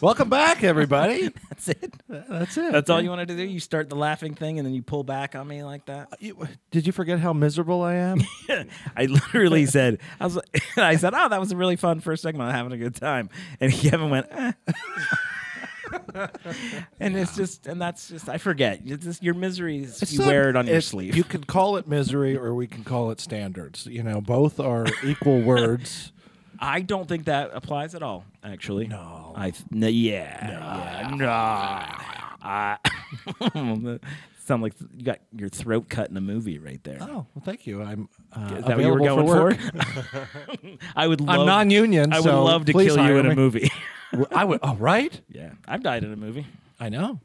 S4: Welcome back, everybody.
S3: That's it.
S4: That's it.
S3: That's all you wanted to do. You start the laughing thing, and then you pull back on me like that.
S4: You- Did you forget how miserable I am?
S3: I literally said, I was, like- I said, oh, that was a really fun first segment. I'm having a good time. And Kevin went, eh. and it's just, and that's just, I forget. It's just your misery. is
S4: It's
S3: you
S4: not-
S3: wear it on your
S4: it's-
S3: sleeve.
S4: You can call it misery, or we can call it standards. You know, both are equal words.
S3: I don't think that applies at all. Actually, no. I th- no, yeah, no. yeah, no. I sound like you got your throat cut in a movie right there.
S4: Oh, well, thank you. I'm uh,
S3: Is that what you were
S4: available
S3: going
S4: for work.
S3: I would. Love,
S4: I'm non-union,
S3: I would
S4: so
S3: love to
S4: please
S3: kill you
S4: hire
S3: in a
S4: me.
S3: movie.
S4: Well, I would. Oh, right.
S3: yeah, I've died in a movie.
S4: I know.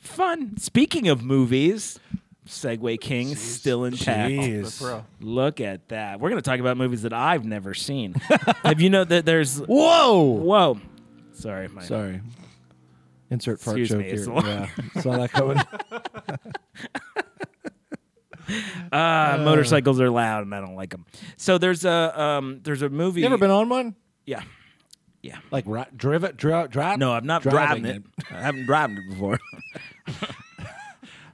S3: Fun. Speaking of movies, Segway King still intact.
S4: Jeez.
S5: Bro.
S3: Look at that. We're going to talk about movies that I've never seen. Have you know that there's
S4: Whoa.
S3: whoa. Sorry, my
S4: Sorry. Insert fart
S3: Excuse
S4: joke
S3: me,
S4: here.
S3: it's a long-
S4: Yeah. Saw that coming.
S3: Uh, motorcycles are loud and I don't like them. So there's a um, there's a movie.
S4: you ever been on one?
S3: Yeah,
S4: Like ri- drive it, dri- drive?
S3: no, I'm not driving,
S4: driving
S3: it. I haven't driven it before.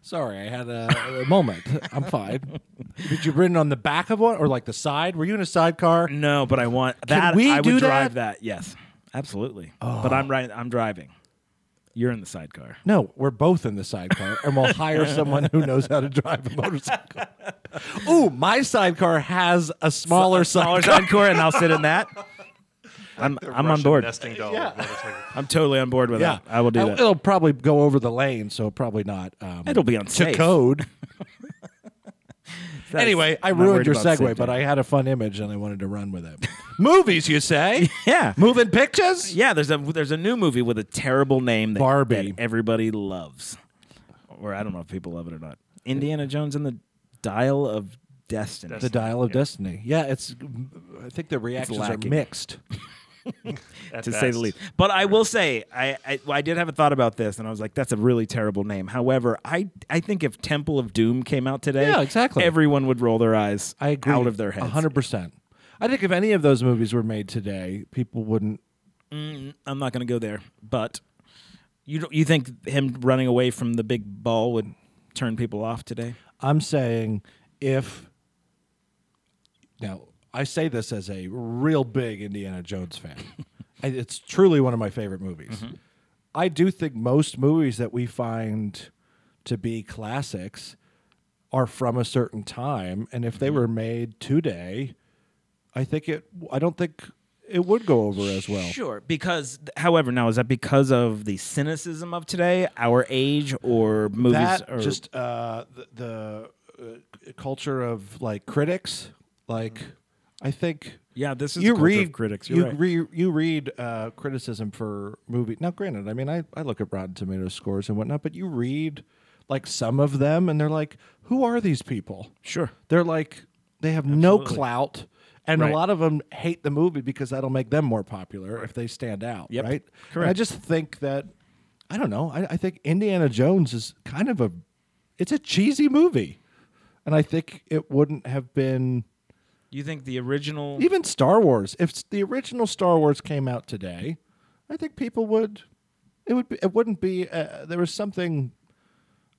S4: Sorry, I had a, a moment. I'm fine. Did you ridden on the back of one or like the side? Were you in a sidecar?
S3: no, but I want that.
S4: we
S3: I would
S4: do
S3: drive that. Yes, absolutely. But I'm right. I'm driving. You're in the sidecar.
S4: No, we're both in the sidecar, and we'll hire someone who knows how to drive a motorcycle. Ooh, my sidecar has a smaller
S3: Smaller
S4: sidecar.
S3: sidecar, and I'll sit in that. I'm I'm on
S5: Russian
S3: board.
S5: Nesting doll. motorcycle.
S3: I'm totally on board with
S4: Yeah,
S3: that. I will do
S4: It'll-
S3: that.
S4: It'll probably go over the lane, so probably not. Um,
S3: It'll be
S4: to
S3: unsafe.
S4: code.
S3: That's-
S4: Anyway, I
S3: I'm not
S4: ruined
S3: worried
S4: your
S3: about
S4: segue,
S3: safety.
S4: but I had a fun image and I wanted to run with it. Movies, you say?
S3: Yeah.
S4: Moving pictures?
S3: Yeah, there's a there's a new movie with a terrible name that,
S4: Barbie.
S3: that everybody loves, or I don't know if people love it or not. Indiana Jones and the Dial of Destiny.
S4: The Dial of Destiny. Yeah, it's. I think the reactions are
S3: lacking.
S4: mixed.
S5: At
S3: to say the
S5: best.
S3: least. But I will say, I, I I did have a thought about this, and I was like, that's a really terrible name. However, I I think if Temple of Doom came out today,
S4: Yeah, exactly.
S3: everyone would roll their eyes
S4: I agree.
S3: out of their heads,
S4: hundred percent. I think if any of those movies were made today, people wouldn't.
S3: I'm not going to go there, but you don't, you think him running away from the big ball would turn people off today?
S4: I'm saying if. Now I say this as a real big Indiana Jones fan. and it's truly one of my favorite movies.
S3: Mm-hmm.
S4: I do think most movies that we find to be classics are from a certain time, and if they
S3: Mm-hmm.
S4: were made today, I think it. I don't think it would go over as well.
S3: Sure, because however, now is that because of the cynicism of today, our age, or movies,
S4: that
S3: or
S4: just uh, th- the, uh, culture of like critics like i think
S3: Yeah, this is
S4: you
S3: the culture of
S4: read
S3: critics,
S4: you
S3: you're right.
S4: re- you read uh, criticism for movie now granted i mean I, I look at rotten tomatoes scores and whatnot but you read like some of them and they're like who are these people
S3: Sure.
S4: they're like they have no clout and
S3: Right.
S4: a lot of them hate the movie because that'll make them more popular if they stand out
S3: Yep.
S4: right And i
S3: Correct.
S4: just think that i don't know I, I think indiana jones is kind of a it's a cheesy movie and i think it wouldn't have been
S3: you think the original?
S4: even star wars if s- the original star wars came out today i think people would it would be, it wouldn't be uh, there was something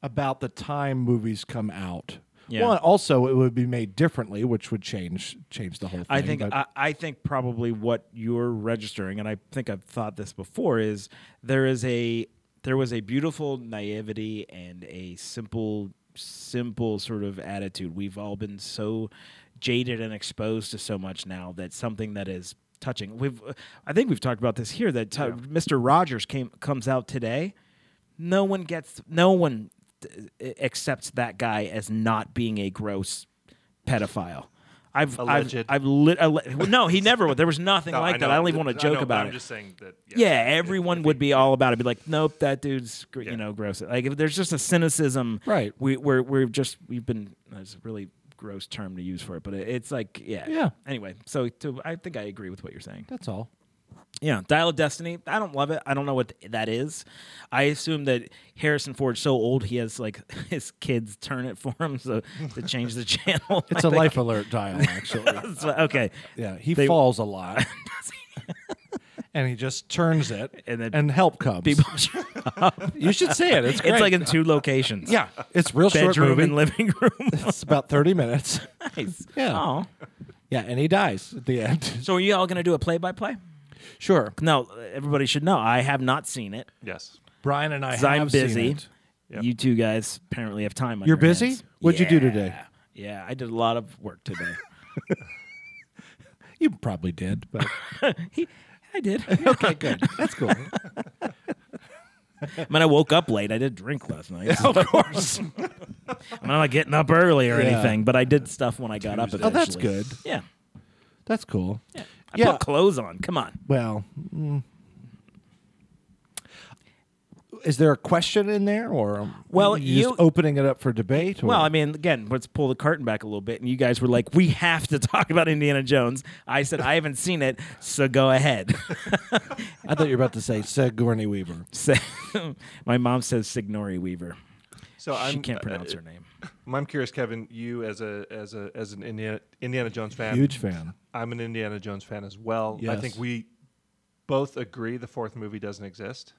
S4: about the time movies come out
S3: Yeah.
S4: Well, also it would be made differently, which would change change the whole thing.
S3: I think
S4: but-
S3: I, I think probably what you're registering, and I think I've thought this before, is there is a there was a beautiful naivety and a simple simple sort of attitude. We've all been so jaded and exposed to so much now that something that is touching. We've I think we've talked about this here that t- Mr. Rogers came comes out today. No one gets no one uh, accepts that guy as not being a gross pedophile. I've
S5: Alleged.
S3: I've, I've lit, alle- no, he never. would. There was nothing
S5: No,
S3: like
S5: know,
S3: that. I don't even
S5: th-
S3: want to
S5: I
S3: joke
S5: know, but
S3: about
S5: I'm
S3: it.
S5: just saying that.
S3: yeah,
S5: if- if
S3: everyone
S5: he-
S3: would be all about it. Be like, nope, that dude's gr-
S5: Yeah.
S3: you know gross. Like, if there's just a cynicism.
S4: Right.
S3: We we're we're just we've been. That's a really gross term to use for it, but it, it's like yeah.
S4: Yeah.
S3: Anyway, so to, I think I agree with what you're saying.
S4: That's all.
S3: Yeah, Dial of Destiny. I don't love it. I don't know what that is. I assume that Harrison Ford's so old he has like his kids turn it for him so to change the channel.
S4: It's
S3: a
S4: a life alert dial, actually.
S3: okay.
S4: yeah, he
S3: They-
S4: falls a lot. and he just turns it,
S3: And
S4: and,
S3: then
S4: help comes.
S3: People,
S4: you should see it. It's great.
S3: it's like in two locations.
S4: yeah, it's real short
S3: bedroom
S4: movie.
S3: and living room.
S4: it's about thirty minutes.
S3: nice.
S4: Yeah.
S3: Aw.
S4: Yeah, and he dies at the end.
S3: So are you all going to do a play-by-play?
S4: sure,
S3: No, everybody should know. I have not seen it.
S5: Yes.
S4: Brian and I.
S3: 'cause I'm
S4: have seen
S3: busy.
S4: it.
S5: Yep.
S3: You two guys apparently have time. on
S4: You're
S3: your
S4: busy?
S3: hands.
S4: What'd you do
S3: Yeah.
S4: today?
S3: Yeah, I did a lot of work today.
S4: You probably did, but
S3: he, I did.
S4: okay, good. That's cool.
S3: I mean, I woke up late. I did drink last night. of course. I'm not like getting up early or
S4: Yeah.
S3: anything, but I did stuff when I got up.
S4: Oh, that's
S3: eventually.
S4: good.
S3: Yeah.
S4: That's cool. Yeah.
S3: I put clothes on. Come on.
S4: well, mm. is there a question in there, or
S3: Well,
S4: are you
S3: you-
S4: just opening it up for debate? or-
S3: Well, I mean, again, let's pull the curtain back a little bit. And you guys were like, we have to talk about Indiana Jones. I said, I haven't seen it, so go ahead.
S4: I thought you were about to say Sigourney Weaver.
S3: So- my mom says Signori Weaver.
S5: So I'm,
S3: she can't
S5: uh,
S3: pronounce her name.
S5: I'm curious, Kevin. You as a as a as an Indiana, Indiana Jones fan,
S4: Huge fan.
S5: I'm an Indiana Jones fan as well. I think
S4: Yes.
S5: we both agree the fourth movie doesn't exist.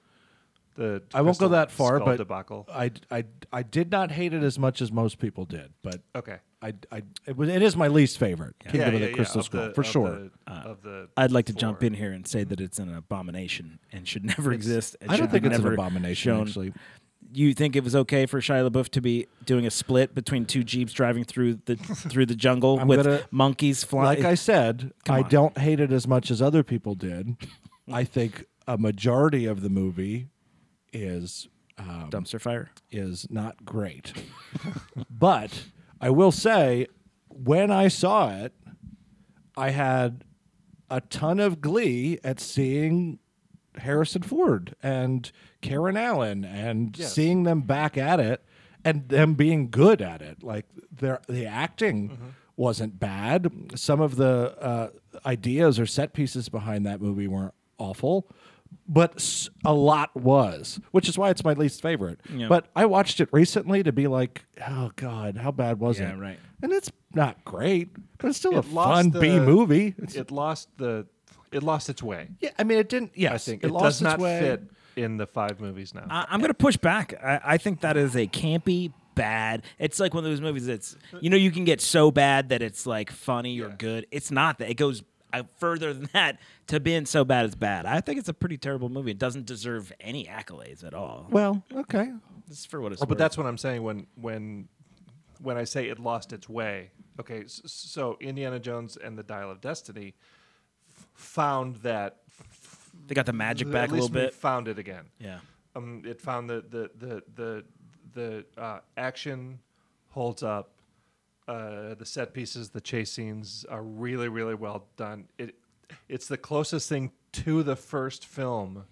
S5: The
S4: I won't go
S5: Crystal
S4: that far,
S5: Skull
S4: but
S5: debacle.
S4: I, I, I did not hate it as much as most people did, but
S5: Okay.
S4: I, I it, was, it is my least favorite. Kingdom of the Crystal
S5: of
S4: Skull
S5: the-
S4: for
S5: of
S4: sure. Uh,
S5: the- of the
S3: I'd like to jump
S5: four.
S3: in here and say that it's an abomination and should never exist. and
S4: I don't
S3: should
S4: think it's an
S3: never
S4: abomination.
S3: shown.
S4: Actually,
S3: You think it was okay for Shia LaBeouf to be doing a split between two jeeps driving through the through the jungle
S4: I'm
S3: with
S4: gonna-
S3: monkeys flying?
S4: like I said, I
S3: on.
S4: don't hate it as much as other people did. I think a majority of the movie is um,
S3: dumpster fire.
S4: is not great. but I will say, when I saw it, I had a ton of glee at seeing Harrison Ford and Karen Allen and
S5: Yes.
S4: seeing them back at it and them being good at it. Like their the acting
S3: Mm-hmm.
S4: wasn't bad. Some of the uh, ideas or set pieces behind that movie weren't awful. But s- a lot was, which is why it's my least favorite.
S3: Yeah.
S4: But I watched it recently to be like, oh god, how bad was
S3: Yeah,
S4: it?
S3: right.
S4: And it's not great, but it's still a
S5: It lost
S4: fun
S5: the-
S4: B movie. It's-
S5: It lost the it lost its way.
S4: yeah, I mean, it didn't. Yes,
S5: I think
S4: it,
S5: it,
S4: lost
S5: does not
S4: its way.
S5: fit in the five movies now.
S3: I, I'm going to push back. I, I think that is a campy, bad. It's like one of those movies that's you know you can get so bad that it's like funny or good. It's not that. It goes uh, further than that to being so bad it's bad. I think it's a pretty terrible movie. It doesn't deserve any accolades at all.
S4: Well, okay,
S3: Just for what it's
S5: Oh, but
S3: worth.
S5: that's what I'm saying when when when I say it lost its way. Okay, s- so Indiana Jones and the Dial of Destiny f- found that f-
S3: they got the magic
S5: at
S3: back a little
S5: least we
S3: bit.
S5: Found it again.
S3: Yeah.
S5: Um, it found the the the the the uh, action holds up. Uh, the set pieces, the chase scenes are really, really well done. It, it's the closest thing to the first film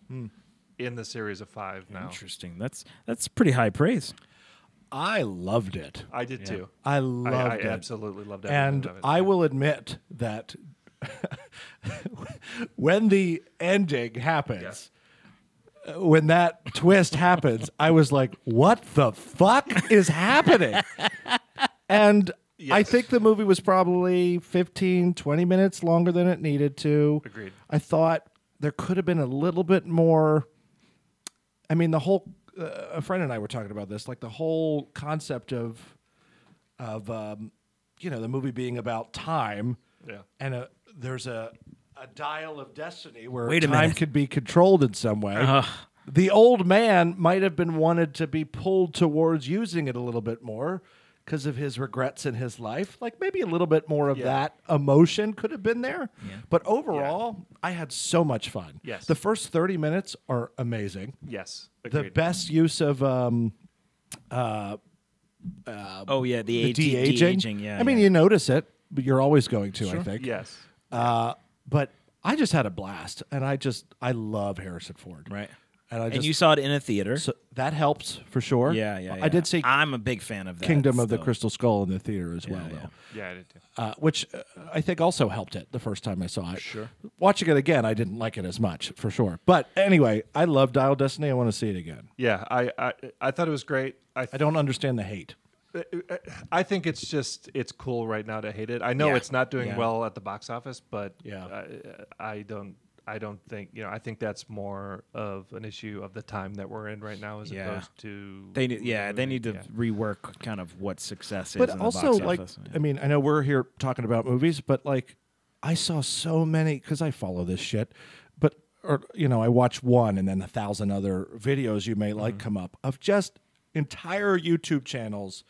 S5: in the series of five. Now,
S3: Hmm. Interesting. That's that's pretty high praise.
S4: I loved it.
S5: I did too.
S4: I loved
S5: I
S4: it.
S5: absolutely loved everything
S4: and
S5: of it.
S4: I will admit that when the ending happens, uh, when that twist happens, I was like, "What the fuck is happening?" and I
S5: Yes.
S4: think the movie was probably 15, 20 minutes longer than it needed to.
S5: Agreed.
S4: I thought there could have been a little bit more. I mean, the whole uh, a friend and I were talking about this, like the whole concept of of um, you know the movie being about time.
S5: Yeah.
S4: And a, there's a a dial of destiny where
S3: Wait a
S4: time
S3: minute. Uh-huh.
S4: could be controlled in some way. The old man might have been wanted to be pulled towards using it a little bit more because of his regrets in his life. Like maybe a little bit more of
S5: Yeah.
S4: that emotion could have been there. But overall, I had so much fun.
S5: Yes.
S4: The first 30 minutes are amazing.
S5: Yes,
S4: The
S5: agreed.
S4: best use of um,
S3: Oh yeah, the,
S4: the
S3: AT,
S4: de aging.
S3: Oh, Yeah.
S4: I mean,
S3: yeah.
S4: you notice it. but you're always going to, I think.
S5: Yes.
S4: Uh, but I just had a blast, and I just I love Harrison Ford.
S3: Right.
S4: And I
S3: And
S4: just
S3: you saw it in a theater.
S4: so that helps for sure.
S3: yeah, yeah, yeah.
S4: I did see
S3: I'm a big fan of that.
S4: Kingdom of the
S3: still.
S4: Crystal Skull in the theater as well,
S3: yeah.
S4: though.
S5: Yeah, I did too.
S4: uh, which uh, I think also helped it the first time I saw it. Sure. Watching it again, I didn't like it as much for sure. But anyway, I love Dial Destiny. I want to see it again.
S5: Yeah, I, I I thought it was great. I uh,
S4: I don't understand the hate.
S5: I think it's just it's cool right now to hate it. I know
S3: Yeah.
S5: it's not doing
S3: Yeah.
S5: well at the box office, but
S4: Yeah.
S5: I, I don't I don't think you know. I think that's more of an issue of the time that we're in right now as
S3: Yeah.
S5: opposed to
S3: They need, yeah, they need to
S5: Yeah.
S3: rework kind of what success is. in
S4: But
S3: the
S4: also,
S3: box
S4: like,
S3: office.
S4: I mean, I know we're here talking about movies, but like, I saw so many because I follow this shit. But or you know, I watch one and then a thousand other videos you may
S3: Mm-hmm.
S4: like come up of just entire YouTube channels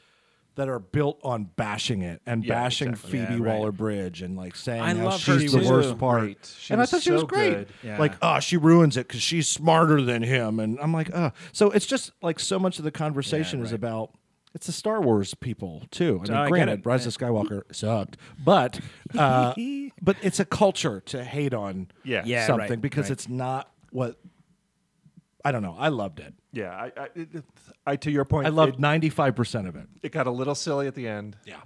S4: that are built on bashing it and
S5: Yeah,
S4: bashing
S5: exactly.
S4: Phoebe
S3: Yeah, right.
S4: Waller Bridge and like saying
S3: I
S4: how
S3: love her
S4: she's the
S3: too.
S4: worst part.
S5: Great. She
S4: and
S5: was
S4: I thought she was
S5: so
S4: great.
S5: good.
S3: Yeah.
S4: Like, oh, she ruins it because she's smarter than him. And I'm like, oh. So it's just like so much of the conversation is about it's the Star Wars people too.
S5: Oh,
S4: I mean,
S3: I get
S4: granted,
S3: it.
S4: Rise of Skywalker sucked, but uh, but it's a culture to hate on
S5: Yeah. Yeah,
S3: right,
S4: something because
S3: right.
S4: it's not what I don't know. I loved it.
S5: yeah. I, I, it, it- I to your point,
S4: I loved ninety five percent of it.
S5: It, it got a little silly at the end.
S4: Yeah,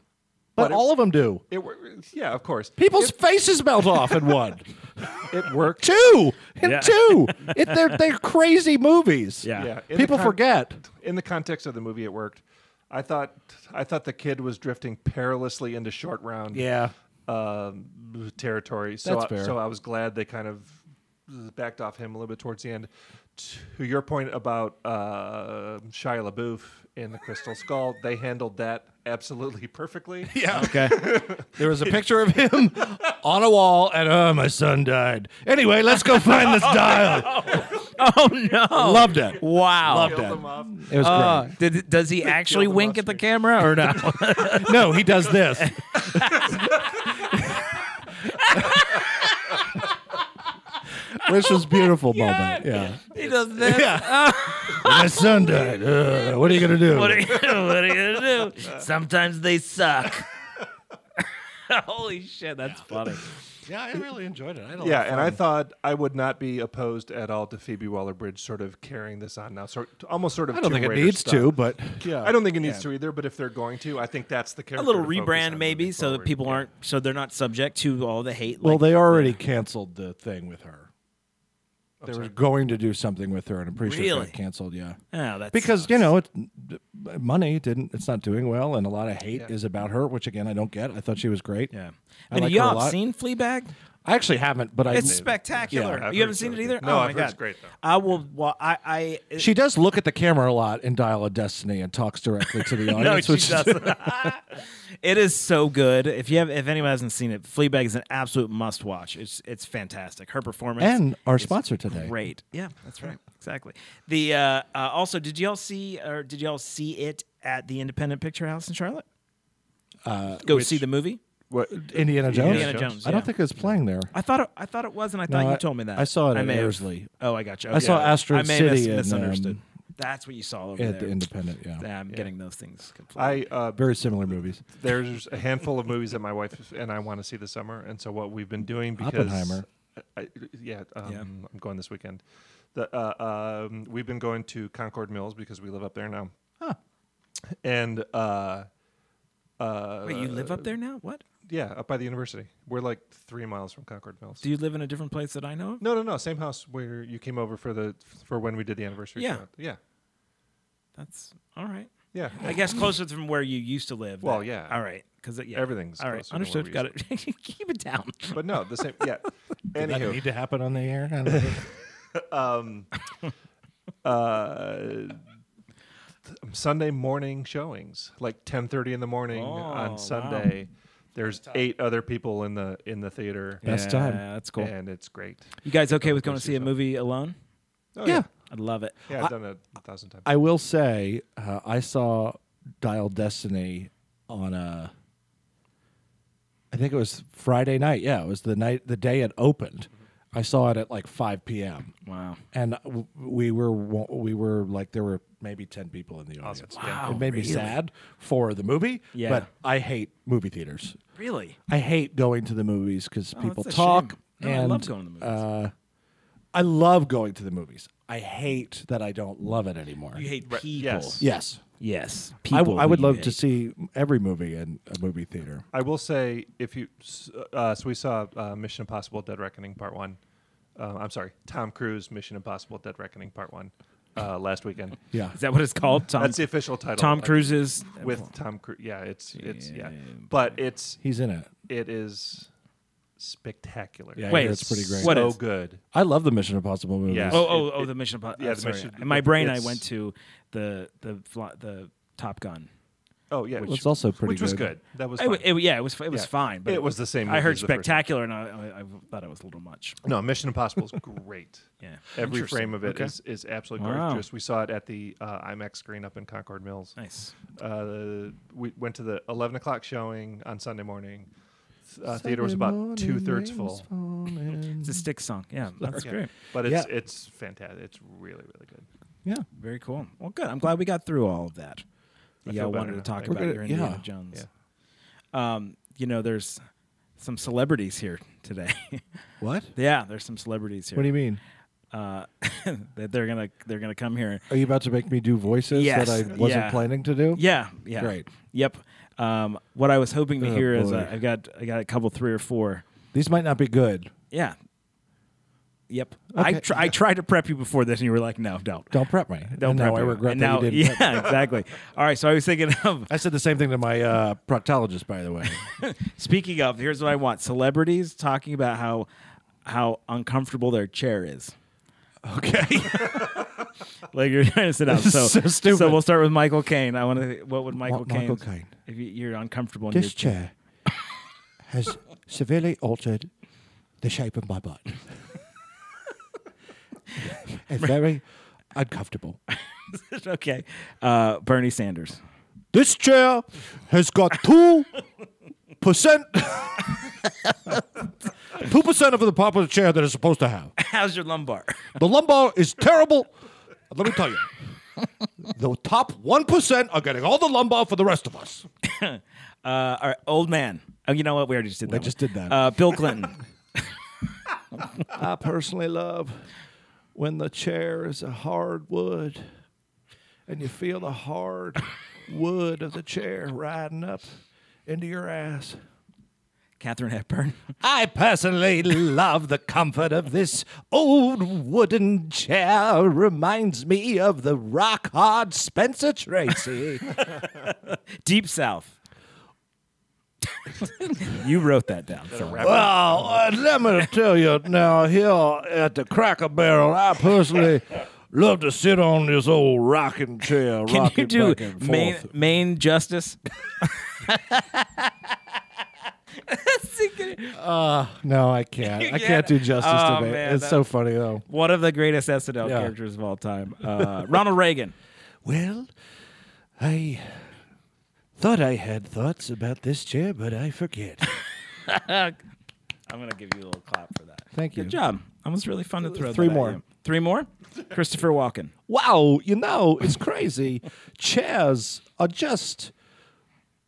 S4: but, all of them do.
S5: It wor- yeah, of course.
S4: People's faces melt off in one,
S5: It worked.
S4: two, in
S3: Yeah.
S4: two. It, they're they're crazy movies.
S3: Yeah.
S5: Yeah, in the
S4: people
S5: con-
S4: forget.
S5: in the context of the movie, it worked. I thought I thought the kid was drifting perilously into short round.
S4: Yeah.
S5: um, territory. So
S4: That's
S5: I,
S4: fair.
S5: so I was glad they kind of backed off him a little bit towards the end. To your point about uh, Shia LaBeouf in the Crystal Skull, they handled that absolutely perfectly.
S4: Yeah. Okay. there was a picture of him on a wall, and oh, my son died. Anyway, let's go find this dial.
S3: oh no!
S4: Loved it.
S3: Wow.
S4: Loved
S5: Killed him
S4: it.
S5: off.
S4: It was
S3: Uh, did, does he actually
S5: the
S3: wink at the camera or no?
S4: great. No, he does this. Which was beautiful moment. Yeah.
S3: he does this.
S4: My son died. Uh, what are you gonna do?
S3: What, are you, what are you gonna do? Sometimes they suck. Holy shit, that's funny.
S4: yeah, I really enjoyed it. I don't
S5: Yeah, and I thought I would not be opposed at all to Phoebe Waller-Bridge sort of carrying this on now, sort almost sort of.
S4: I don't
S5: Tomb
S4: think it
S5: Raider
S4: needs
S5: stuff.
S4: to, but yeah.
S5: I don't think it needs to either. But if they're going to, I think that's the
S3: A
S5: character.
S3: little
S5: to focus on
S3: rebrand
S5: moving
S3: maybe, so that
S5: forward.
S3: people
S5: Yeah.
S3: aren't, so they're not subject to all the hate.
S4: Well,
S3: like-
S4: they already canceled the thing with her. They were going to do something with her, and I'm pretty sure it
S3: Really?
S4: got canceled. Yeah,
S3: Oh, that
S4: because you
S3: sucks.
S4: know, it, money didn't. It's not doing well, and a lot of hate is about her, which again I don't get. I thought she was great.
S3: yeah. I
S4: I
S3: mean,
S4: like her a
S3: y'all
S4: lot.
S3: have seen Fleabag?
S4: I actually haven't, but
S3: It's
S4: I.
S3: spectacular.
S5: Yeah, I've
S3: you haven't
S5: heard
S3: seen
S5: so,
S3: it either.
S5: yeah. No,
S3: oh
S5: I've
S3: my
S5: heard
S3: god,
S5: it's great, though.
S3: I will. Well, I, I it-
S4: She does look at the camera a lot in Dial of Destiny and talks directly to the
S3: no,
S4: audience.
S3: she
S4: which is-
S3: doesn't. it is so good. If you have, if anyone hasn't seen it, Fleabag is an absolute must watch. It's it's fantastic. Her performance
S4: And our
S3: is
S4: sponsor today.
S3: Great. Yeah, that's right. Exactly. The uh, uh, also, did y'all see or did y'all see it at the Independent Picture House in Charlotte? Uh, Go see the movie.
S4: Indiana Jones.
S3: Indiana Jones,
S4: I don't
S3: yeah.
S4: think it was playing there.
S3: I thought it, I thought it was, and I
S4: No,
S3: thought you
S4: I-
S3: told me that.
S4: I saw it at
S3: may have-
S4: Airsley.
S3: Oh, I got you.
S4: I saw
S3: Okay.
S4: Astro
S3: I may have mis-
S4: City and,
S3: misunderstood.
S4: um,
S3: That's what you saw over
S4: At
S3: there.
S4: the Independent, yeah.
S3: Yeah, I'm getting those things completely.
S5: I uh,
S4: Very similar movies.
S5: there's a handful of movies that my wife and I want to see this summer, and so what we've been doing because
S4: Oppenheimer.
S5: I, yeah, um, I'm going this weekend. The, uh, um, we've been going to Concord Mills because we live up there now. And uh, uh,
S3: Wait, you live up there now? What?
S5: yeah, up by the university. We're like three miles from Concord Mills.
S3: Do you live in a different place that I know of?
S5: no, no, no. Same house where you came over for the for when we did the anniversary.
S3: Yeah.
S5: show. yeah,
S3: That's all right.
S5: yeah.
S3: I guess closer from where you used to live.
S5: Well,
S3: that-
S5: yeah.
S3: All right, because yeah,
S5: Everything's
S3: all right.
S5: closer than
S3: Understood.
S5: where
S3: Got
S5: we
S3: it. Keep it down.
S5: But no, the same. Yeah.
S4: Did that
S5: Anywho,
S4: need to happen on the air? I don't know.
S5: uh, Sunday morning showings, like ten thirty in the morning
S3: wow.
S5: on Sunday. There's eight other people in the in the theater,
S4: Best time.
S3: Yeah, that's cool.
S5: and it's great.
S3: You guys okay with going to
S5: see
S3: see a
S5: some.
S3: movie alone?
S5: Oh,
S4: yeah.
S3: I'd love it.
S5: yeah, I've done that a thousand times.
S4: I will say, uh, I saw Dial Destiny on uh, a. I think it was Friday night. Yeah, it was the night, the day it opened. I saw it at like 5 p.m.
S3: Wow.
S4: And w- we were wa- we were like there were maybe 10 people in the audience. it made me sad for the movie,
S3: Yeah.
S4: but I hate movie theaters.
S3: Really?
S4: I hate going to the movies because people
S3: Oh, that's a
S4: talk.
S3: shame. No, I
S4: and,
S3: love going to the movies.
S4: Uh, I love going to the movies. I hate that I don't love it anymore.
S3: You hate people.
S5: yes.
S4: yes.
S3: Yes.
S4: I,
S3: People.
S4: w- I would
S3: you
S4: love to
S3: hate.
S4: see every movie in a movie theater.
S5: I will say, if you, s- uh, so we saw uh, Mission Impossible: Dead Reckoning Part One. Uh, I'm sorry, Tom Cruise Mission Impossible: Dead Reckoning Part One uh, last weekend.
S4: Yeah.
S3: Is that what it's called? Tom,
S5: Mm-hmm. That's the official title.
S3: Tom
S5: Uh,
S3: Cruise's
S5: with Tom Cruise. Yeah, it's it's yeah, but it's
S4: He's in it.
S5: it is spectacular.
S4: Yeah, I
S3: Wait,
S4: hear it's pretty great.
S3: what
S5: so
S3: is-
S5: good.
S4: I love the Mission Impossible movies.
S5: Yeah.
S3: Oh, oh,
S5: It-
S3: oh,
S5: it-
S3: the Mission Impossible.
S5: yeah,
S3: Yeah,
S5: the
S3: sorry.
S5: Mission-
S3: In my brain, I
S5: it's-
S3: went to the the fly, the Top Gun.
S5: Oh yeah,
S4: Well, it's also pretty
S5: which was
S4: good.
S5: good. That was
S3: It, wa-
S5: fun.
S3: it, yeah, it was it was
S5: Yeah.
S3: fine. But
S5: It was the same
S3: I
S5: movie
S3: heard
S5: as the first one.
S3: spectacular, and I, I, I thought it was a little much.
S5: no Mission Impossible is great.
S3: Yeah.
S5: Every
S3: Interesting.
S5: frame of it is
S3: Okay.
S5: is absolutely
S3: Wow.
S5: gorgeous. We saw it at the uh, IMAX screen up in Concord Mills.
S3: Nice.
S5: Uh, we went to the 11 o'clock showing on Sunday morning. Th- Uh, theater was about two thirds full.
S3: It's a stick song. Yeah, that's
S5: Mm-hmm. Yeah.
S3: great.
S5: But it's
S4: Yeah.
S5: it's fantastic. It's really really good.
S4: Yeah.
S3: Very cool. Well, good. I'm glad we got through all of that.
S5: I
S3: Yeah, I
S5: feel better
S3: wanted to
S5: now.
S3: talk
S5: We're
S3: about
S4: gonna-
S3: your Indiana
S4: yeah.
S3: Jones. Um, you know, there's some celebrities here today.
S4: What?
S3: yeah, there's some celebrities here.
S4: What do you mean?
S3: Uh, that they're gonna they're gonna come here.
S4: Are you about to make me do voices
S3: Yes.
S4: that I wasn't
S3: Yeah.
S4: planning to do?
S3: Yeah, yeah.
S4: Great.
S3: Yep. Um, what I was hoping to
S4: Oh,
S3: hear is
S4: boy.
S3: uh, I've got I got a couple three or four.
S4: These might not be good.
S3: Yeah. Yep. I
S4: Okay.
S3: tr- I tried to prep you before this, and you were like, no, don't.
S4: Don't prep me.
S3: Don't
S4: and
S3: prep
S4: now I
S3: you.
S4: regret
S3: and now,
S4: that you didn't. prep me.
S3: Yeah, exactly. All right, so I was thinking of
S4: I said the same thing to my uh, proctologist, by the way.
S3: Speaking of, here's what I want: celebrities talking about how how uncomfortable their chair is.
S4: okay.
S3: Like you're trying to sit down.
S4: This
S3: So,
S4: is so stupid.
S3: so we'll start with Michael Caine. I want to. What would Michael
S4: What
S3: Caine?
S4: Michael Caine?
S3: If you, you're uncomfortable, in
S7: This
S3: your chair.
S7: chair has severely altered the shape of my butt. it's very uncomfortable.
S3: okay, uh, Bernie Sanders.
S7: This chair has got two percent,
S4: Two percent of the popular chair that it's supposed to have.
S3: How's your lumbar?
S4: The lumbar is terrible. Let me tell you. The top one percent are getting all the lumbar for the rest of us.
S3: Uh, all right, old man. Oh, you know what? We already just did that. one.
S4: just did that.
S3: Uh, Bill Clinton.
S4: I personally love when the chair is a hard wood and you feel the hard wood of the chair riding up into your ass.
S3: Catherine Hepburn.
S7: I personally love the comfort of this old wooden chair. Reminds me of the rock hard Spencer Tracy.
S3: Deep South. you wrote that down. Phil.
S4: Well, uh, let me tell you now, here at the Cracker Barrel, I personally love to sit on this old rocking chair.
S3: Can
S4: rock
S3: you
S4: it
S3: do
S4: back and
S3: main,
S4: forth.
S3: main justice?
S4: No, I can't. I
S3: can't.
S4: can't do justice
S3: Oh,
S4: to it.
S3: man,
S4: it's
S3: that-
S4: so funny though.
S3: One of the greatest SNL
S4: Yeah.
S3: characters of all time, uh, Ronald Reagan.
S7: Well, I thought I had thoughts about this chair, but I forget.
S3: I'm gonna give you a little clap for that.
S4: Thank you.
S3: Good job. That was really fun to throw.
S4: Three
S3: that at
S4: more.
S3: you. Three more. Christopher Walken.
S4: wow, you know, it's crazy. Chairs are just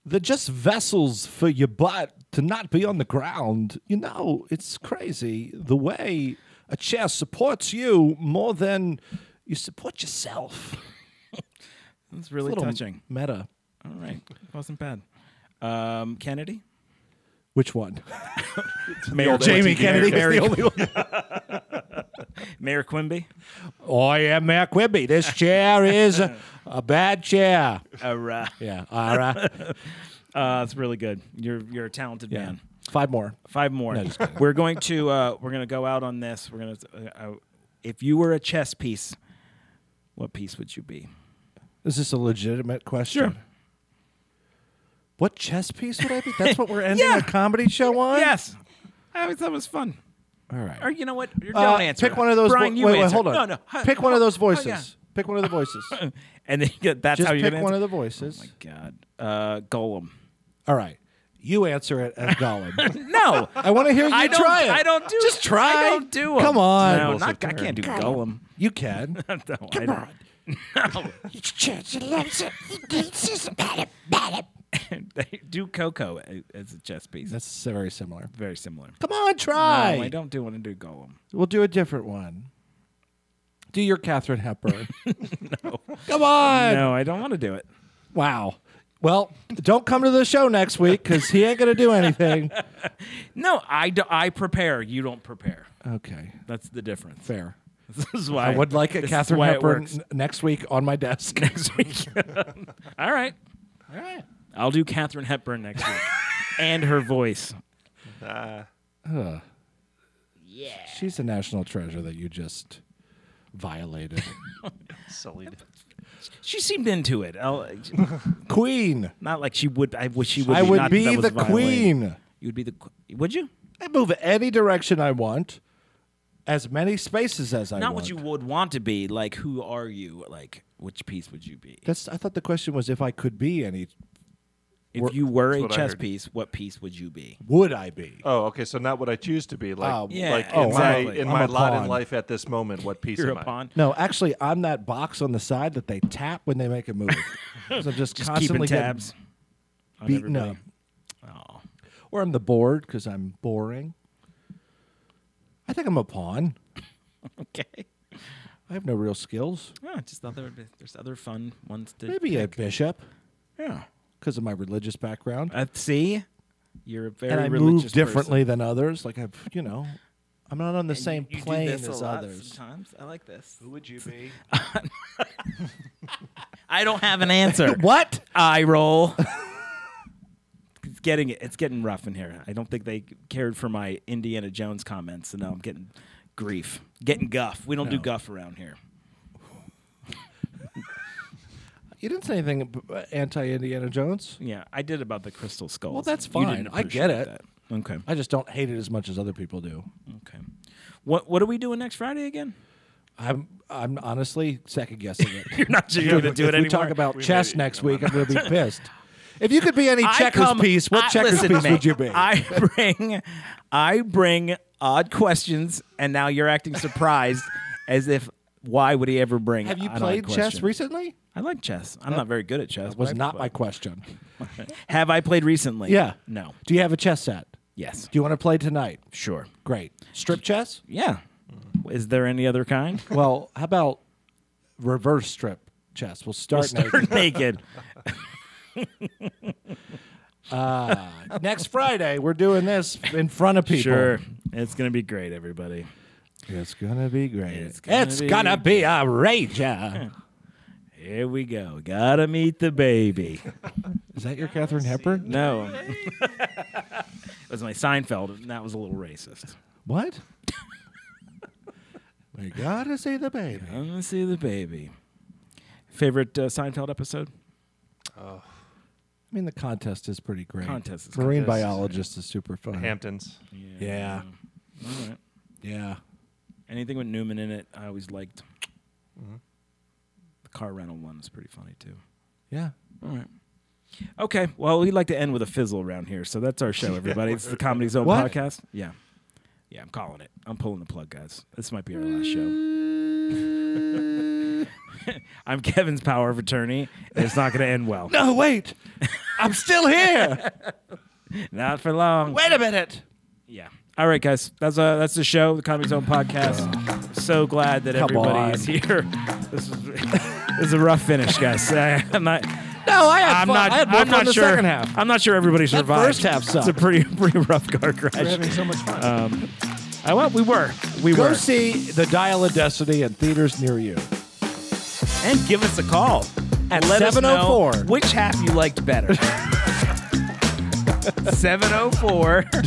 S4: they're just vessels for your butt to not be on the ground. You know, it's crazy the way a chair supports you more than you support yourself.
S3: That's really
S4: Little
S3: touching.
S4: Meta.
S3: All right, wasn't bad. Um, Kennedy.
S4: Which one?
S3: Mayor
S4: Jamie Kennedy was
S3: Mayor,
S4: the only one.
S3: Mayor Quimby.
S4: I am Mayor Oh, Quibby. This chair is a, a bad chair.
S3: All right.
S4: Yeah. All right.
S3: Uh, that's really good. You're you're a talented
S4: Yeah.
S3: man.
S4: Five more.
S3: Five more. we're going to uh, we're going to go out on this. We're going to uh, if you were a chess piece, what piece would you be?
S4: Is this a legitimate question?
S3: Sure.
S4: What chess piece would I be? That's what we're ending
S3: Yeah.
S4: a comedy show on?
S3: Yes. I always thought it was fun.
S4: All right.
S3: Or you know what? You're,
S4: Uh,
S3: don't answer.
S4: Pick one of those.
S3: Brian,
S4: vo-
S3: you
S4: wait, wait,
S3: answer.
S4: hold on.
S3: No, no. Huh,
S4: Pick one of those
S3: oh, yeah.
S4: voices. Pick one of the voices.
S3: And then you get, that's
S4: Just
S3: how you
S4: pick one of the voices.
S3: God. Uh, Golem.
S4: All right. You answer it as Gollum.
S3: No,
S4: I want to hear you
S3: I don't.
S4: try it.
S3: I don't do.
S4: Just try.
S3: I don't do 'em.
S4: Come on.
S3: No, not, I can't do Gollum.
S4: You can.
S3: No, I don't. They do Coco a- as a chess piece. That's
S4: That's very similar.
S3: very similar.
S4: Come on,
S3: No,
S4: try.
S3: I don't do want to do Gollum.
S4: We'll do a different one. Do your Catherine Hepburn. Come on.
S3: No, I don't want to do it.
S4: Wow. Well, don't come to the show next week because he ain't going to do anything.
S3: No, I, do, I prepare. You don't prepare.
S4: Okay.
S3: That's the difference.
S4: Fair.
S3: This is why
S4: I would like a
S3: this is
S4: Catherine
S3: why it
S4: Hepburn
S3: works.
S4: n- next week on my desk. Next week.
S3: All right.
S4: All right.
S3: I'll do Catherine Hepburn next week and her voice.
S5: Ah,
S4: She's a national treasure that you just violated.
S5: sullied.
S3: She seemed into it. I'll,
S4: queen.
S3: not like she would. I wish she would.
S4: I
S3: be,
S4: would
S3: not that
S4: be
S3: that was
S4: the
S3: violating.
S4: queen.
S3: You would be the. qu- Would you?
S4: I move any direction I want, as many spaces as I
S3: not
S4: want.
S3: what you would want to be. Like, who are you? Like, which piece would you be?
S4: That's. I thought the question was if I could be any,
S3: If you were a
S5: what I
S3: chess
S5: heard.
S3: piece, what piece would you be?
S4: would I be?
S5: Oh, okay. So not what I choose to be. Like,
S4: Oh,
S3: Ah, Yeah,
S5: like in my
S3: exactly.
S5: in
S4: I'm
S5: my
S4: a
S5: lot
S4: pawn.
S5: in life at this moment. What piece
S3: You're
S5: am
S3: a pawn.
S4: No, actually, I'm that box on the side that they tap when they make a move. so I'm just,
S3: Just keeping
S4: constantly getting
S3: tabs. on
S4: beaten up.
S3: everybody.
S4: Or I'm the board because I'm boring. I think I'm a pawn.
S3: Okay.
S4: I have no real skills.
S3: Yeah, just other. There's other fun ones to.
S4: Maybe a bishop
S3: Yeah.
S4: because of my religious background.
S3: Uh, see, you're a very
S4: and I
S3: religious
S4: move differently than others. Like I've, you know, I'm not on the
S3: person.
S4: same
S3: You- you do
S4: plane
S3: this a
S4: as
S3: lot
S4: others.
S3: Sometimes I like this.
S5: Who would you be?
S3: I don't have an answer.
S4: What?
S3: Eye roll. it's getting it's getting rough in here. I don't think they cared for my Indiana Jones comments, so now I'm getting grief, getting guff. We don't do guff around here.
S4: You didn't say anything ab- uh, anti-Indiana Jones.
S3: Yeah, I did about the crystal skulls.
S4: that's
S3: You
S4: fine.
S3: didn't
S4: I
S3: appreciate
S4: get it.
S3: that. Okay.
S4: I just don't hate it as much as other people do.
S3: Okay. What what are we doing next Friday again?
S4: I'm I'm honestly second guessing it.
S3: You're not just going to
S4: if
S3: do it
S4: we
S3: anymore.
S4: talk about
S5: We
S4: chess
S5: made it.
S4: next
S5: Come
S4: week, I'm going to be pissed. If you could be any
S3: I
S4: checkers
S3: come-
S4: piece, what
S3: I-
S4: checkers
S3: listen,
S4: piece
S3: mate,
S4: would you be?
S3: I bring, I bring odd questions, and now you're acting surprised, as if why would he ever bring?
S4: Have you
S3: an odd
S4: played chess
S3: question?
S4: recently?
S3: I like chess. I'm not very good at chess.
S4: That was
S3: but I
S4: not
S3: play.
S4: my question.
S3: Have I played recently?
S4: Yeah.
S3: No.
S4: Do you have a chess set?
S3: Yes.
S4: Do you want to play tonight?
S3: Sure.
S4: Great. Strip chess?
S3: Yeah.
S4: Mm.
S3: Is there any other kind?
S4: Well, how about reverse strip chess? We'll start,
S3: Start naked.
S4: next, next Friday. We're doing this in front of people.
S3: Sure. It's gonna be great, everybody.
S4: It's gonna be great.
S3: It's
S4: It's
S3: gonna
S4: gonna,
S3: be-
S4: be... a rager.
S3: Here we go. Gotta meet the baby.
S4: Is that your Catherine Hepburn?
S3: No. it was my Seinfeld, and that was a little racist.
S4: What? we gotta see the baby.
S3: I'm gonna see the baby. Favorite uh, Seinfeld episode?
S4: I mean, the contest is pretty great.
S3: Contest is
S4: Marine
S5: contest is
S4: biologist is super fun.
S5: Hamptons.
S4: Yeah.
S3: All right.
S4: Yeah.
S3: Anything with Newman in it, I always liked. Mm-hmm. The car rental one is pretty funny too.
S4: Yeah.
S3: All right. Okay. Well, we like to end with a fizzle around here, so that's our show, everybody. it's the Comedy Zone
S4: What?
S3: podcast. Yeah. Yeah, I'm calling it. I'm pulling the plug, guys. This might be our last show. I'm Kevin's power of attorney, and it's not going to end well.
S4: No, wait. I'm still here.
S3: Not for long.
S4: wait a minute.
S3: Yeah. All right, guys. That's uh that's the show, the Comedy Zone podcast. So glad that
S4: Come
S3: everybody
S4: on.
S3: is here. This is this is a rough finish, guys. I, I'm not.
S4: No, I had
S3: I'm
S4: fun.
S3: not.
S4: I had more
S3: I'm
S4: fun
S3: not
S4: the
S3: sure.
S4: second half.
S3: I'm not sure everybody survived.
S4: first half
S3: It's a
S4: sucked.
S3: pretty pretty rough car
S4: We're having
S3: crash. Um,
S4: so much fun.
S3: I well, we were. We
S4: Go
S3: were.
S4: see The Dial of Destiny in theaters near you.
S3: And give us a call
S4: At
S3: let us know
S4: 704.
S3: Which half you liked better? 704
S4: God damn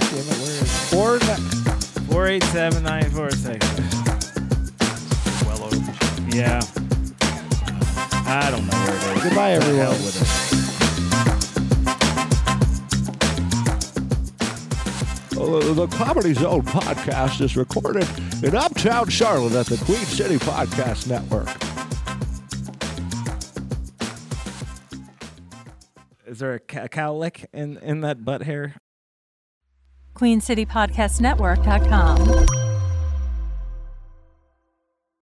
S4: it, where is Four.
S3: 487 9467.
S5: Well over.
S3: Yeah. I don't know where it is.
S4: Goodbye, everyone. The Comedy Zone podcast is recorded in Uptown Charlotte at the Queen City Podcast Network.
S3: Is there a, ca- a cowlick in in that butt hair?
S2: QueenCityPodcastNetwork.com.